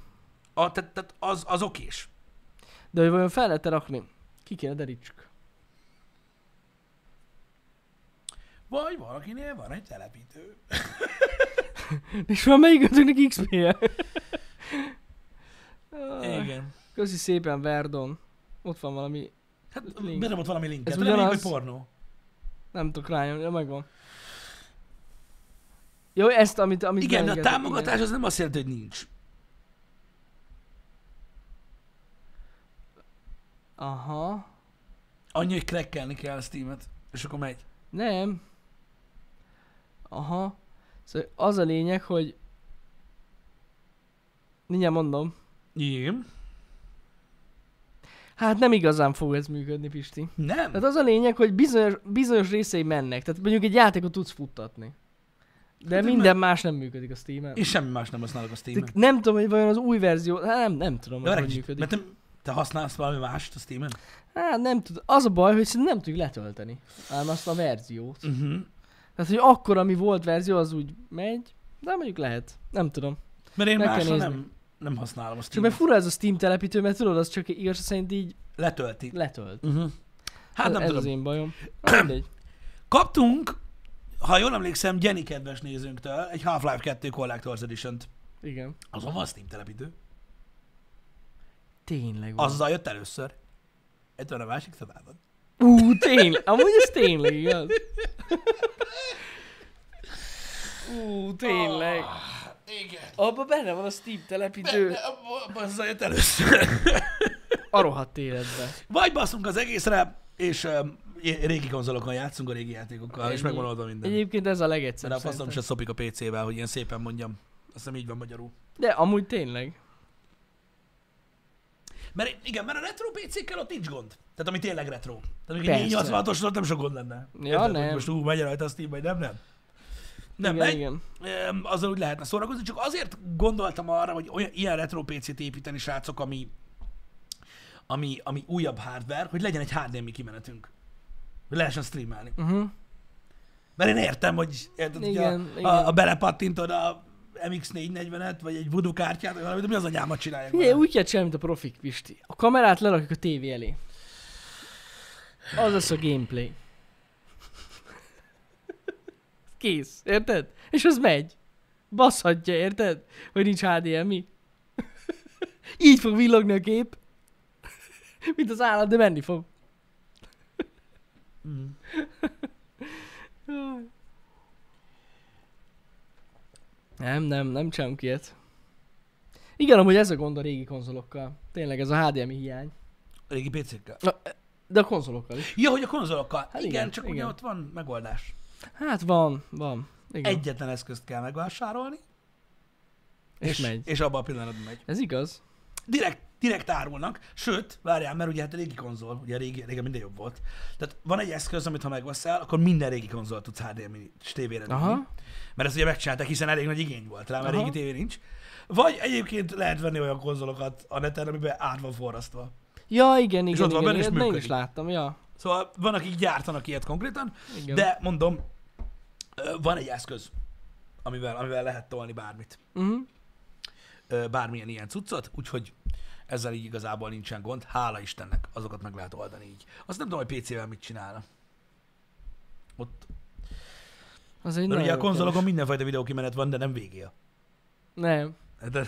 [SPEAKER 2] A, tehát, tehát az, az okés.
[SPEAKER 1] De hogy vajon fel lehet rakni? Ki kéne derítsük.
[SPEAKER 2] Vagy valakinél van egy telepítő.
[SPEAKER 1] És van melyikőtöknek XP-je?
[SPEAKER 2] Igen.
[SPEAKER 1] Ah. Köszi szépen, Verdon. Ott van valami,
[SPEAKER 2] Hát
[SPEAKER 1] Link.
[SPEAKER 2] bedobott valami linket,
[SPEAKER 1] Ez
[SPEAKER 2] reméljük, hogy
[SPEAKER 1] ugyanaz?
[SPEAKER 2] pornó.
[SPEAKER 1] nem tudok rányomni, ja, megvan. Jó, ezt, amit... amit
[SPEAKER 2] Igen, de a
[SPEAKER 1] beengedtek,
[SPEAKER 2] támogatás az nem azt jelenti, hogy nincs.
[SPEAKER 1] Igen. Aha.
[SPEAKER 2] Annyi, hogy crackelni kell a Steam-et, és akkor megy.
[SPEAKER 1] Nem. Aha. Szóval az a lényeg, hogy... Mindjárt mondom.
[SPEAKER 2] Igen.
[SPEAKER 1] Hát nem igazán fog ez működni, Pisti.
[SPEAKER 2] Nem.
[SPEAKER 1] Tehát Hát az a lényeg, hogy bizonyos, bizonyos részei mennek. Tehát mondjuk egy játékot tudsz futtatni. De
[SPEAKER 2] Hát,
[SPEAKER 1] hát
[SPEAKER 2] de
[SPEAKER 1] minden más nem működik a Steam-en.
[SPEAKER 2] És semmi más nem használok a Steam-en.
[SPEAKER 1] Tehát Nem tudom, hogy vajon az új verzió... Hát nem, nem tudom,
[SPEAKER 2] De
[SPEAKER 1] hogy
[SPEAKER 2] várj
[SPEAKER 1] hogy
[SPEAKER 2] kicsit,
[SPEAKER 1] működik.
[SPEAKER 2] mert te, te használsz valami mást a Steam-en?
[SPEAKER 1] Hát nem tudom. Az a baj, hogy szerintem nem tudjuk letölteni. Ám azt a verziót.
[SPEAKER 2] Uh-huh.
[SPEAKER 1] Tehát, hogy akkor, ami volt verzió, az úgy megy. De mondjuk lehet. Nem tudom.
[SPEAKER 2] Mert én
[SPEAKER 1] Meg kell
[SPEAKER 2] másra
[SPEAKER 1] nézni.
[SPEAKER 2] nem, nem használom a
[SPEAKER 1] Csak
[SPEAKER 2] Steam-en.
[SPEAKER 1] mert fura ez a Steam telepítő, mert tudod, az csak igaz szerint így
[SPEAKER 2] Letölti.
[SPEAKER 1] letölt.
[SPEAKER 2] Uh-huh. Hát nem
[SPEAKER 1] ez
[SPEAKER 2] tudom.
[SPEAKER 1] az én
[SPEAKER 2] *clears throat*
[SPEAKER 1] bajom. Hát Mindegy.
[SPEAKER 2] Kaptunk, ha jól emlékszem, Jenny kedves nézőnktől egy Half-Life 2 Collector's Edition-t.
[SPEAKER 1] Igen.
[SPEAKER 2] Azon van Steam telepítő.
[SPEAKER 1] Tényleg van.
[SPEAKER 2] Azzal jött először. Egy a másik szobában.
[SPEAKER 1] Ú, tényleg. Amúgy ez tényleg igaz. Ú, tényleg.
[SPEAKER 2] Ah, igen.
[SPEAKER 1] Abba benne van a Steam telepítő.
[SPEAKER 2] Azzal jött először. *laughs*
[SPEAKER 1] A rohadt életbe.
[SPEAKER 2] Vagy baszunk az egészre, és um, régi konzolokon játszunk a régi játékokkal, és
[SPEAKER 1] Ennyi.
[SPEAKER 2] megvan oldva minden.
[SPEAKER 1] Egyébként ez a
[SPEAKER 2] Mert a
[SPEAKER 1] legegyszerűbb
[SPEAKER 2] faszom se
[SPEAKER 1] szerintem.
[SPEAKER 2] szopik a PC-vel, hogy ilyen szépen mondjam. Azt hiszem így van magyarul.
[SPEAKER 1] De amúgy tényleg.
[SPEAKER 2] Mert igen, mert a retro PC-kkel ott nincs gond. Tehát ami tényleg retro. Tehát
[SPEAKER 1] Persze.
[SPEAKER 2] még egy 86-os ott nem sok gond lenne.
[SPEAKER 1] Ja,
[SPEAKER 2] hogy
[SPEAKER 1] nem.
[SPEAKER 2] Most ú, megy rajta a Steam, vagy nem, nem. Nem,
[SPEAKER 1] igen,
[SPEAKER 2] megy.
[SPEAKER 1] igen.
[SPEAKER 2] Öm, azzal úgy lehetne szórakozni, csak azért gondoltam arra, hogy olyan, ilyen retro PC-t építeni, srácok, ami, ami, ami újabb hardware, hogy legyen egy HDMI kimenetünk. Hogy lehessen streamelni.
[SPEAKER 1] Uh-huh.
[SPEAKER 2] Mert én értem, hogy, érted,
[SPEAKER 1] Igen,
[SPEAKER 2] hogy a,
[SPEAKER 1] igen.
[SPEAKER 2] A, a belepattintod a MX440-et, vagy egy voodoo kártyát, vagy valamit, de mi az anyámat csinálják?
[SPEAKER 1] Figyelj,
[SPEAKER 2] vele?
[SPEAKER 1] úgy kell csinálni, mint a profik, Pisti. A kamerát lerakjuk a tévé elé. Az lesz a gameplay. Kész, érted? És az megy. Baszhatja, érted? Hogy nincs HDMI. Így fog villogni a gép. Mint az állat, de menni fog.
[SPEAKER 2] Mm.
[SPEAKER 1] Nem, nem, nem csinálunk ilyet. Igen, amúgy ez a gond a régi konzolokkal. Tényleg ez a HDMI hiány.
[SPEAKER 2] Régi PC-kkel.
[SPEAKER 1] De a konzolokkal is.
[SPEAKER 2] Ja, hogy a konzolokkal. Hát
[SPEAKER 1] Hát
[SPEAKER 2] igen, igen,
[SPEAKER 1] igen,
[SPEAKER 2] csak
[SPEAKER 1] igen.
[SPEAKER 2] ugye ott van megoldás.
[SPEAKER 1] Hát van, van. Igen.
[SPEAKER 2] Egyetlen eszközt kell megvásárolni,
[SPEAKER 1] és, és megy.
[SPEAKER 2] és abban a pillanatban megy.
[SPEAKER 1] Ez igaz.
[SPEAKER 2] direkt, direkt árulnak, sőt, várjál, mert ugye hát a régi konzol, ugye régi, régen minden jobb volt. Tehát van egy eszköz, amit ha megveszel, akkor minden régi konzol tudsz HDMI és tévére
[SPEAKER 1] Aha.
[SPEAKER 2] Aha. Mert ezt ugye megcsinálták, hiszen elég nagy igény volt rá, mert
[SPEAKER 1] Aha.
[SPEAKER 2] régi tévé nincs. Vagy egyébként lehet venni olyan konzolokat a neten, amiben át van forrasztva.
[SPEAKER 1] Ja, igen, igen,
[SPEAKER 2] ott van
[SPEAKER 1] igen,
[SPEAKER 2] benne, és
[SPEAKER 1] igen. Na, Én is
[SPEAKER 2] működik.
[SPEAKER 1] láttam, ja.
[SPEAKER 2] Szóval van, akik gyártanak ilyet konkrétan,
[SPEAKER 1] Igen.
[SPEAKER 2] de mondom, ö, van egy eszköz, amivel, amivel lehet tolni bármit.
[SPEAKER 1] Uh-huh.
[SPEAKER 2] ö, bármilyen ilyen cuccot, úgyhogy ezzel így igazából nincsen gond. Hála Istennek, azokat meg lehet oldani így. Azt nem tudom, hogy PC-vel mit csinálna. Ott,
[SPEAKER 1] Az egy
[SPEAKER 2] mert
[SPEAKER 1] nagyon
[SPEAKER 2] ugye a
[SPEAKER 1] jó
[SPEAKER 2] konzolokon mindenfajta videókimenet van, de nem végél.
[SPEAKER 1] kérdés. Nem,
[SPEAKER 2] De,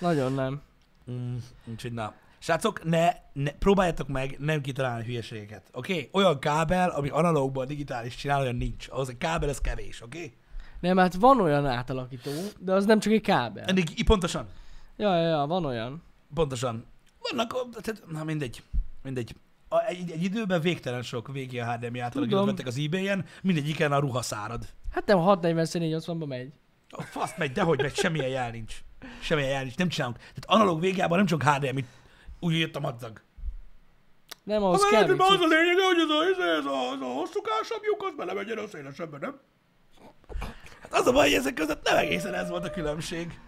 [SPEAKER 1] nagyon nem.
[SPEAKER 2] mm, úgyhogy na. Srácok, ne, ne, próbáljátok meg nem kitalálni hülyeségeket, oké? Okay? Olyan kábel, ami analógban digitális csinál, olyan nincs. Ahhoz egy kábel, ez kevés, oké? Okay?
[SPEAKER 1] Nem, hát van olyan átalakító, de az nem csak egy kábel.
[SPEAKER 2] Endig, í- pontosan,
[SPEAKER 1] Ja, ja, ja, van olyan.
[SPEAKER 2] pontosan. Vannak, ó, tehát, na mindegy, mindegy. A, egy, egy, időben végtelen sok végé a HDMI által
[SPEAKER 1] Tudom.
[SPEAKER 2] vettek az ebay-en, mindegyiken a ruha szárad.
[SPEAKER 1] Hát nem, 640 x 480-ba megy.
[SPEAKER 2] A fasz megy, dehogy megy, semmilyen jel nincs. Semmilyen jel nincs, nem csinálunk. Tehát analóg végában nem csak HDMI, úgy jött a madzag.
[SPEAKER 1] Nem,
[SPEAKER 2] Az,
[SPEAKER 1] ahhoz
[SPEAKER 2] az,
[SPEAKER 1] kell
[SPEAKER 2] lehet, hogy
[SPEAKER 1] még
[SPEAKER 2] az
[SPEAKER 1] cucc.
[SPEAKER 2] a lényeg, hogy ez a, ez a, ez a, ez a hosszúkásabb lyuk, az belemegyen a szélesebben, nem? Hát az a baj, hogy ezek között nem egészen ez volt a különbség.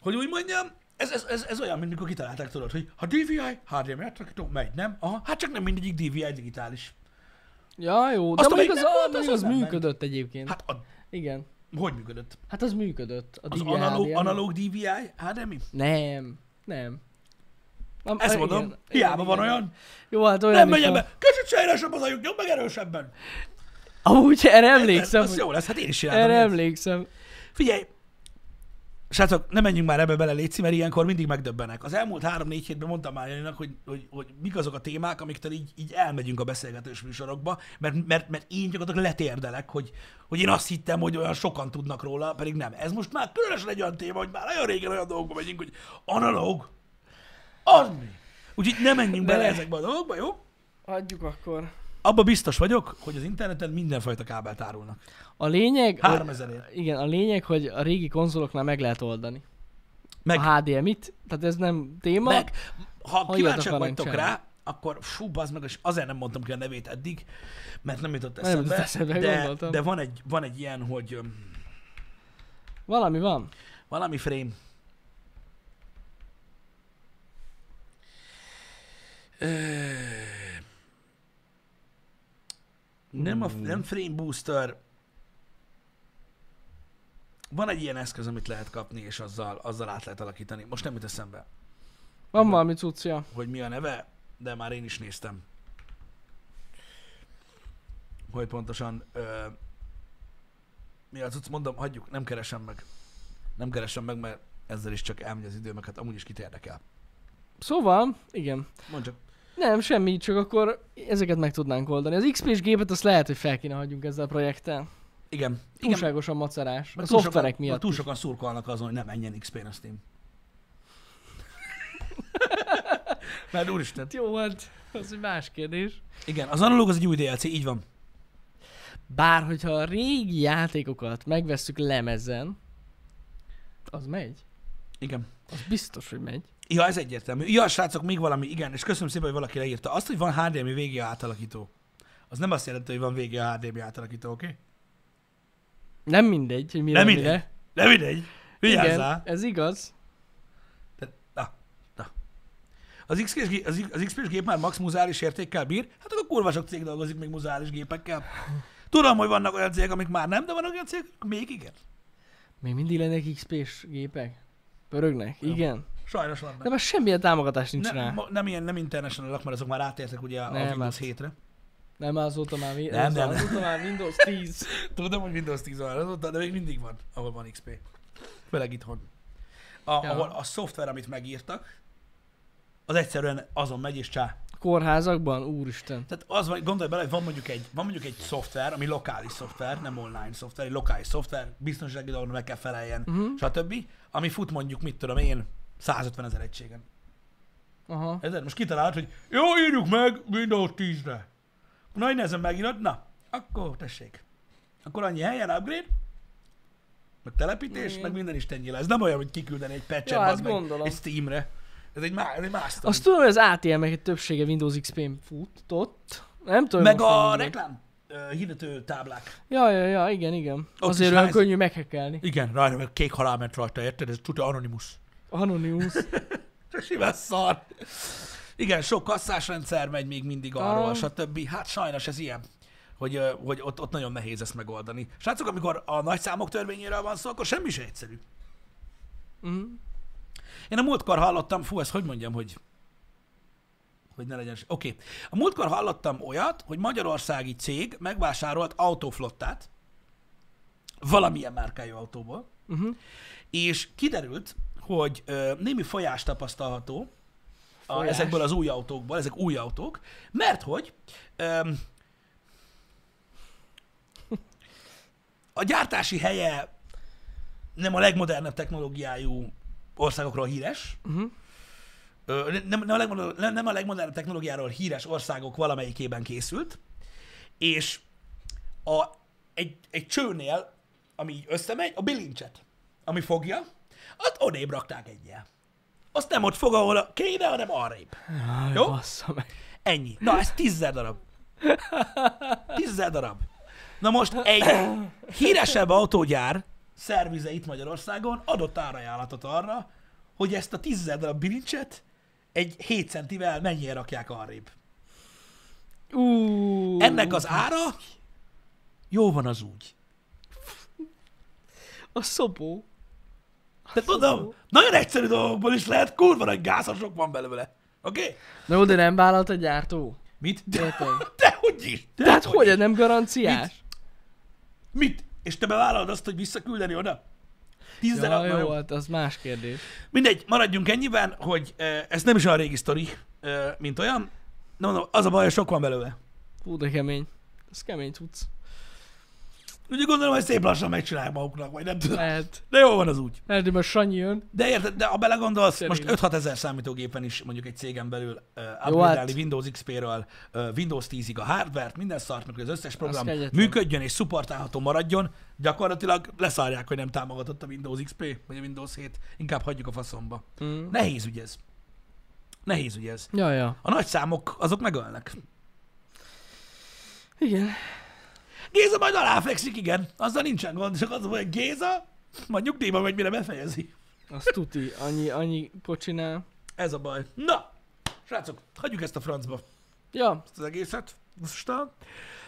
[SPEAKER 2] Hogy úgy mondjam, ez, ez, ez, ez olyan, mint mikor kitalálták, tudod, hogy ha DVI, HDMI átalakító, megy, nem? Aha, hát csak nem mindegyik DVI digitális.
[SPEAKER 1] Ja, jó, de
[SPEAKER 2] Azt,
[SPEAKER 1] mondjuk
[SPEAKER 2] amelyik
[SPEAKER 1] az,
[SPEAKER 2] nem volt, az
[SPEAKER 1] az,
[SPEAKER 2] az
[SPEAKER 1] az
[SPEAKER 2] nem ment.
[SPEAKER 1] működött egyébként.
[SPEAKER 2] Hát a,
[SPEAKER 1] Igen.
[SPEAKER 2] hogy működött?
[SPEAKER 1] Hát az működött. A
[SPEAKER 2] Az
[SPEAKER 1] DVI
[SPEAKER 2] analóg,
[SPEAKER 1] HDMI.
[SPEAKER 2] analóg DVI, HDMI?
[SPEAKER 1] Nem, nem. Nem,
[SPEAKER 2] Ezt
[SPEAKER 1] igen,
[SPEAKER 2] mondom,
[SPEAKER 1] igen,
[SPEAKER 2] hiába van
[SPEAKER 1] igen.
[SPEAKER 2] olyan.
[SPEAKER 1] Jó, hát olyan
[SPEAKER 2] Nem
[SPEAKER 1] is
[SPEAKER 2] menjen
[SPEAKER 1] van.
[SPEAKER 2] be, kicsit sejlesebb az ajuk, nyom meg erősebben.
[SPEAKER 1] Amúgy erre
[SPEAKER 2] Érted?
[SPEAKER 1] emlékszem,
[SPEAKER 2] Az
[SPEAKER 1] hogy,
[SPEAKER 2] jó lesz, hát én is csináltam.
[SPEAKER 1] erre
[SPEAKER 2] ilyet.
[SPEAKER 1] emlékszem.
[SPEAKER 2] Figyelj, Srácok, ne menjünk már ebbe bele, Léci, mert ilyenkor mindig megdöbbenek. Az elmúlt három-négy hétben mondtam már Janinak, hogy, hogy, hogy mik azok a témák, amiktől így, így elmegyünk a beszélgetős műsorokba, mert, mert, mert én gyakorlatilag letérdelek, hogy, hogy én azt hittem, hogy olyan sokan tudnak róla, pedig nem. Ez most már különösen egy olyan téma, hogy már nagyon régen olyan dolgokba megyünk, hogy analóg. Az mi? Úgyhogy ne menjünk
[SPEAKER 1] De-
[SPEAKER 2] bele ezekbe a dolgokba, jó?
[SPEAKER 1] Hagyjuk akkor.
[SPEAKER 2] Abba biztos vagyok, hogy az interneten mindenfajta kábelt árulnak.
[SPEAKER 1] A lényeg...
[SPEAKER 2] 3000 ért.
[SPEAKER 1] Igen, a lényeg, hogy a régi konzoloknál meg lehet oldani.
[SPEAKER 2] Meg,
[SPEAKER 1] A HDMI-t, tehát ez nem téma.
[SPEAKER 2] meg, ha
[SPEAKER 1] Ha
[SPEAKER 2] kíváncsiak
[SPEAKER 1] ilyet akarunk
[SPEAKER 2] vagytok
[SPEAKER 1] csinálni.
[SPEAKER 2] rá, akkor fú, bazd meg, és azért nem mondtam ki a nevét eddig, mert nem jutott
[SPEAKER 1] Nem
[SPEAKER 2] eszembe,
[SPEAKER 1] jutott eszembe,
[SPEAKER 2] de,
[SPEAKER 1] gondoltam.
[SPEAKER 2] de van, egy, van egy ilyen, hogy öm,
[SPEAKER 1] Valami van.
[SPEAKER 2] valami frame. Ö, Nem, a, nem frame booster. Van egy ilyen eszköz, amit lehet kapni, és azzal, azzal át lehet alakítani. Most nem jut eszembe.
[SPEAKER 1] Van valami cuccia.
[SPEAKER 2] hogy mi a neve, de már én is néztem. Hogy pontosan ö, mi az cucc, mondom, hagyjuk, nem keresem meg. Nem keresem meg, mert ezzel is csak elmegy az idő, meg hát amúgy is kit érdekel.
[SPEAKER 1] Szóval, igen.
[SPEAKER 2] Mondd csak.
[SPEAKER 1] Nem, semmi, csak akkor ezeket meg tudnánk oldani. Az XP-s gépet azt lehet, hogy fel kéne hagyjunk ezzel a projekttel.
[SPEAKER 2] Igen. Igen.
[SPEAKER 1] Túlságosan macerás. A
[SPEAKER 2] mert túl sokan-
[SPEAKER 1] szoftverek
[SPEAKER 2] mert
[SPEAKER 1] miatt.
[SPEAKER 2] Túl sokan szurkolnak azon, hogy nem menjen XP-n a
[SPEAKER 1] *laughs*
[SPEAKER 2] Steam. Mert úristen,
[SPEAKER 1] Jó, hát az egy más kérdés.
[SPEAKER 2] igen, az analóg az egy új DLC, így van.
[SPEAKER 1] Bár, hogyha a régi játékokat megvesszük lemezen, az megy.
[SPEAKER 2] Igen.
[SPEAKER 1] Az biztos, hogy megy.
[SPEAKER 2] Ja, ez egyértelmű. Ja, srácok, még valami, igen, és köszönöm szépen, hogy valaki leírta. Azt, hogy van HDMI VGA átalakító, az nem azt jelenti, hogy van VGA HDMI átalakító, oké? Okay?
[SPEAKER 1] Nem mindegy, hogy mire,
[SPEAKER 2] Nem
[SPEAKER 1] mire.
[SPEAKER 2] mindegy. De mindegy, vigyázzál!
[SPEAKER 1] Igen, ez igaz.
[SPEAKER 2] Tehát, na, na. Az XP-s, gé- az, az XP-s gép már max muzális értékkel bír, hát akkor kurva sok cég dolgozik még muzális gépekkel. Tudom, hogy vannak olyan cégek, amik már nem, de vannak olyan cégek, amik még igen.
[SPEAKER 1] Még mindig lennek XP-s gépek? Pörögnek? Igen.
[SPEAKER 2] Sajnos vannak.
[SPEAKER 1] De már semmilyen támogatás nincs
[SPEAKER 2] nem,
[SPEAKER 1] rá.
[SPEAKER 2] ma- nem, ilyen, nem international mert azok már átértek ugye a
[SPEAKER 1] Nem,
[SPEAKER 2] Windows
[SPEAKER 1] hát.
[SPEAKER 2] 7-re.
[SPEAKER 1] Nem, azóta már, mi-
[SPEAKER 2] Nem, nem, nem.
[SPEAKER 1] azóta már Windows 10.
[SPEAKER 2] Tudom, hogy Windows 10 van azóta, de még mindig van, ahol van XP. Főleg itthon. A,
[SPEAKER 1] Ja.
[SPEAKER 2] Ahol a szoftver, amit megírtak, az egyszerűen azon megy és csá.
[SPEAKER 1] Kórházakban? Úristen.
[SPEAKER 2] Tehát az van, gondolj bele, hogy van mondjuk egy, van mondjuk egy szoftver, ami lokális szoftver, nem online szoftver, egy lokális szoftver, biztonsági dolgoknak meg kell feleljen, uh-huh. stb. Ami fut mondjuk, mit tudom én, 150 ezer egységen.
[SPEAKER 1] Aha.
[SPEAKER 2] Érted? Most kitalált, hogy jó, írjuk meg Windows 10-re. Nagy nehezen megírod, na, akkor tessék. Akkor annyi helyen upgrade, meg telepítés,
[SPEAKER 1] Igen.
[SPEAKER 2] meg minden is ennyi lesz. Nem olyan, hogy kiküldeni egy patch
[SPEAKER 1] Ja, hát
[SPEAKER 2] meg
[SPEAKER 1] gondolom.
[SPEAKER 2] egy Steamre. Ez egy, má, ez egy más
[SPEAKER 1] Azt tudom, hogy az ATM-ek többsége Windows XP-n futott. Nem tudom.
[SPEAKER 2] Meg
[SPEAKER 1] most
[SPEAKER 2] a
[SPEAKER 1] mennyire.
[SPEAKER 2] reklám ö, hirdető táblák.
[SPEAKER 1] Ja, ja, ja, igen, igen.
[SPEAKER 2] Ott
[SPEAKER 1] Azért
[SPEAKER 2] is
[SPEAKER 1] olyan
[SPEAKER 2] ház-
[SPEAKER 1] könnyű meghekelni.
[SPEAKER 2] Igen, rajta meg kék halál ment rajta, érted? Ez tudja Anonymous.
[SPEAKER 1] Anonymous.
[SPEAKER 2] Csak Simán szar. Igen, sok kasszás rendszer megy még mindig arról,
[SPEAKER 1] Ah.
[SPEAKER 2] stb. Hát sajnos ez ilyen, hogy, ö, hogy ott, ott nagyon nehéz ezt megoldani. Srácok, amikor a nagy számok törvényéről van szó, akkor semmi se egyszerű.
[SPEAKER 1] Mhm.
[SPEAKER 2] Én a múltkor hallottam, fú, ezt hogy mondjam, hogy hogy ne legyen. se- Oké. Okay. A múltkor hallottam olyat, hogy magyarországi cég megvásárolt autóflottát, valamilyen márkájú autóból,
[SPEAKER 1] Mhm.
[SPEAKER 2] és kiderült, hogy ö, némi folyás tapasztalható a,
[SPEAKER 1] Folyás?
[SPEAKER 2] ezekből az új autókból, ezek új autók, mert hogy ö, a gyártási helye nem a legmodernebb technológiájú országokról híres,
[SPEAKER 1] Mhm.
[SPEAKER 2] ö, nem, nem, a legmodernebb, nem- nem a legmodernebb technológiáról híres országok valamelyikében készült, és a, egy, egy csőnél, ami így összemegy, a bilincset, ami fogja, azt odébb rakták egyel. Azt nem ott fog, ahol a- kéne, hanem arrébb.
[SPEAKER 1] Aj,
[SPEAKER 2] Jó?
[SPEAKER 1] bassza meg.
[SPEAKER 2] Ennyi. Na, ez tízzer darab. Tízzer darab. Na most egy híresebb autógyár szervize itt Magyarországon adott árajánlatot arra, hogy ezt a tízzer darab bilincset egy 7 centivel mennyire rakják arrébb.
[SPEAKER 1] Ú,
[SPEAKER 2] Ennek az ára jó van az úgy.
[SPEAKER 1] A szopó.
[SPEAKER 2] De tudom, nagyon egyszerű dolgokból is lehet, kurva nagy gázasok van belőle. Oké? Okay?
[SPEAKER 1] Na jó, de nem vállalt a gyártó?
[SPEAKER 2] Mit?
[SPEAKER 1] Érted?
[SPEAKER 2] *laughs* De hogy is? De,
[SPEAKER 1] Tehát hát hogy, ez nem garanciás?
[SPEAKER 2] Mit? És te bevállalod azt, hogy visszaküldeni oda? Tíz
[SPEAKER 1] Ja,
[SPEAKER 2] darab.
[SPEAKER 1] jó
[SPEAKER 2] Jó.
[SPEAKER 1] volt, az más kérdés.
[SPEAKER 2] Mindegy, maradjunk ennyiben, hogy eh, ez nem is olyan régi sztori, eh, mint olyan. De mondom, az a baj, hogy sok van belőle.
[SPEAKER 1] Hú, de kemény. Ez kemény tudsz.
[SPEAKER 2] Ugye gondolom, hogy szép lassan megcsinálják maguknak, vagy nem tudom.
[SPEAKER 1] Lehet.
[SPEAKER 2] De jól van az úgy.
[SPEAKER 1] Lehet, hogy most Sanyi jön.
[SPEAKER 2] De érted, de ha belegondolsz,
[SPEAKER 1] Szerintem.
[SPEAKER 2] most 5-6 ezer számítógépen is mondjuk egy cégen belül uh,
[SPEAKER 1] Jó,
[SPEAKER 2] upgrade
[SPEAKER 1] hát.
[SPEAKER 2] Windows XP-ről uh, Windows 10-ig a hardvert, minden szart, meg hogy az összes program
[SPEAKER 1] kegyetlen.
[SPEAKER 2] működjön és szuportálható maradjon, gyakorlatilag leszárják, hogy nem támogatott a Windows XP, vagy a Windows 7, inkább hagyjuk a faszomba.
[SPEAKER 1] Mm.
[SPEAKER 2] Nehéz ügy ez. Nehéz ügy ez.
[SPEAKER 1] Ja, ja.
[SPEAKER 2] A nagy számok, azok megölnek.
[SPEAKER 1] Igen.
[SPEAKER 2] Géza majd aláflexik, igen, azzal nincsen gond, csak az, hogy Géza majd nyugdíjba megy, mire befejezi.
[SPEAKER 1] Azt tuti, annyi, annyi pocsinál.
[SPEAKER 2] Ez a baj. Na, srácok, hagyjuk ezt a francba.
[SPEAKER 1] Ja,
[SPEAKER 2] ezt az egészet. Aztán...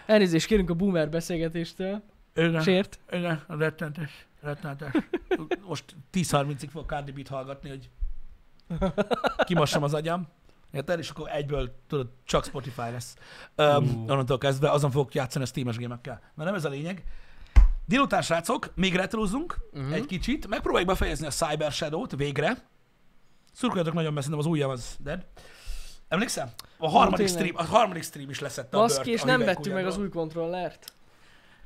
[SPEAKER 1] elnézést kérünk a boomer beszélgetéstől.
[SPEAKER 2] Igen,
[SPEAKER 1] Sért.
[SPEAKER 2] igen, rettenetes, rettenetes. *laughs* Most 10-30-ig fog Cardi B-t hallgatni, hogy kimassam az agyam. Érted? És akkor egyből tudod, csak Spotify lesz. Um, onnantól kezdve azon fogok játszani a Steam-es gémekkel. Na nem ez a lényeg. Délután, srácok, még retrozunk
[SPEAKER 1] Mhm.
[SPEAKER 2] uh-huh. egy kicsit. Megpróbáljuk befejezni a Cyber Shadow-t végre. Szurkoljatok nagyon messze, szerintem az újabb az dead. Emlékszel? A harmadik,
[SPEAKER 1] tényleg.
[SPEAKER 2] stream, a harmadik stream is leszett a bört
[SPEAKER 1] Baszki, és
[SPEAKER 2] a
[SPEAKER 1] nem
[SPEAKER 2] hüvelykujjadról.
[SPEAKER 1] vettük meg az új kontrollert.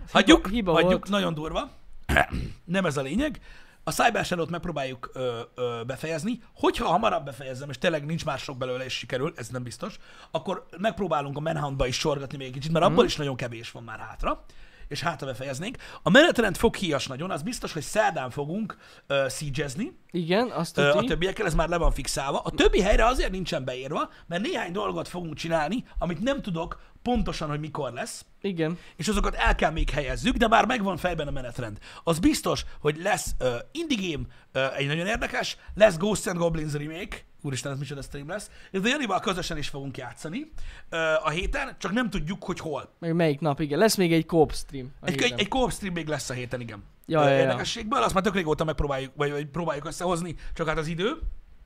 [SPEAKER 1] Az
[SPEAKER 2] Hagyjuk,
[SPEAKER 1] hiba, hiba
[SPEAKER 2] hagyjuk,
[SPEAKER 1] volt.
[SPEAKER 2] nagyon durva. *clears throat* Nem ez a lényeg. A Cyber Shadow-t megpróbáljuk ö, ö, befejezni. Hogyha hamarabb befejezem, és tényleg nincs már sok belőle, és sikerül, ez nem biztos, akkor megpróbálunk a Manhuntba is sorgatni még egy kicsit,
[SPEAKER 1] Mhm.
[SPEAKER 2] mert abból is nagyon kevés van már hátra és hátra befejeznénk. A menetrend fog híjas nagyon, az biztos, hogy szerdán fogunk uh, szígyezni,
[SPEAKER 1] Igen, azt
[SPEAKER 2] Ö,
[SPEAKER 1] tuti.
[SPEAKER 2] a többiekkel, ez már le van fixálva. A többi helyre azért nincsen beírva, mert néhány dolgot fogunk csinálni, amit nem tudok pontosan, hogy mikor lesz,
[SPEAKER 1] Igen.
[SPEAKER 2] és azokat el kell még helyezzük, de már megvan fejben a menetrend. Az biztos, hogy lesz uh, indie game, uh, egy nagyon érdekes, lesz Ghosts and Goblins remake, úristen, ez micsoda stream lesz, és a Janival közösen is fogunk játszani uh, a héten, csak nem tudjuk, hogy hol.
[SPEAKER 1] Meg melyik nap, igen. Lesz még egy co stream. a
[SPEAKER 2] Egy, egy,
[SPEAKER 1] héten.
[SPEAKER 2] egy co-op stream még lesz a héten, igen.
[SPEAKER 1] Ja,
[SPEAKER 2] Ö,
[SPEAKER 1] ja, ja.
[SPEAKER 2] Érdekességből, azt már tök régóta megpróbáljuk, vagy, vagy próbáljuk összehozni, csak hát az idő.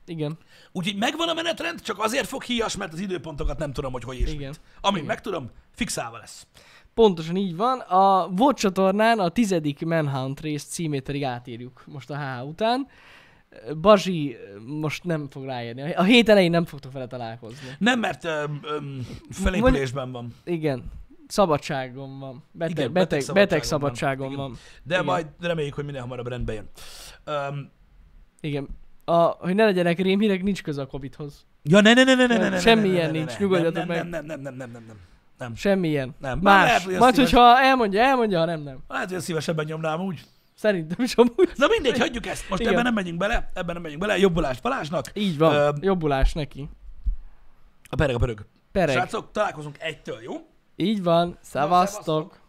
[SPEAKER 1] Igen.
[SPEAKER 2] Úgyhogy megvan a menetrend, csak azért fog híjas, mert az időpontokat nem tudom, hogy hogy és
[SPEAKER 1] Igen.
[SPEAKER 2] mit. Amint
[SPEAKER 1] Igen.
[SPEAKER 2] megtudom, fixálva lesz.
[SPEAKER 1] Pontosan így van. A VOD csatornán a tizedik Manhunt rész címét pedig átírjuk most a HH után. Bazsi most nem fog ráérni. A hét elején nem fogtok vele találkozni.
[SPEAKER 2] Nem, mert öm, öm, felépülésben van.
[SPEAKER 1] Igen. Szabadságon van. Beteg,
[SPEAKER 2] Igen,
[SPEAKER 1] Igen,
[SPEAKER 2] beteg
[SPEAKER 1] beteg, beteg
[SPEAKER 2] szabadságon
[SPEAKER 1] szabadságon
[SPEAKER 2] van. Igen.
[SPEAKER 1] van.
[SPEAKER 2] De
[SPEAKER 1] Igen.
[SPEAKER 2] majd reméljük, hogy minél hamarabb rendbe jön. Um,
[SPEAKER 1] Igen. A, hogy ne legyenek rémhírek, nincs köze a Covid-hoz.
[SPEAKER 2] ja, ne, ne, ne, ne, ne, ne, ne,
[SPEAKER 1] Semmi
[SPEAKER 2] ne, ne,
[SPEAKER 1] ilyen
[SPEAKER 2] ne, ne,
[SPEAKER 1] nincs,
[SPEAKER 2] ne,
[SPEAKER 1] nyugodjatok
[SPEAKER 2] nem,
[SPEAKER 1] meg.
[SPEAKER 2] Nem, nem, nem, nem, nem, nem, nem. Nem.
[SPEAKER 1] Semmilyen.
[SPEAKER 2] Nem. Bár lehet,
[SPEAKER 1] Más.
[SPEAKER 2] hogy a
[SPEAKER 1] Majd,
[SPEAKER 2] szíves-
[SPEAKER 1] hogyha elmondja, elmondja, ha nem, nem.
[SPEAKER 2] Lehet, hogy ezt szívesebben nyomnám úgy.
[SPEAKER 1] Szerintem is amúgy.
[SPEAKER 2] Na mindegy, hagyjuk ezt. Most
[SPEAKER 1] Igen.
[SPEAKER 2] ebben nem megyünk bele, ebben nem megyünk bele. Jobbulást Balázsnak.
[SPEAKER 1] Így van.
[SPEAKER 2] Öm.
[SPEAKER 1] Jobbulás neki.
[SPEAKER 2] A pereg, a perög.
[SPEAKER 1] Pereg.
[SPEAKER 2] Srácok, találkozunk egytől, jó?
[SPEAKER 1] Így van. Szevasztok.
[SPEAKER 2] szevasztok.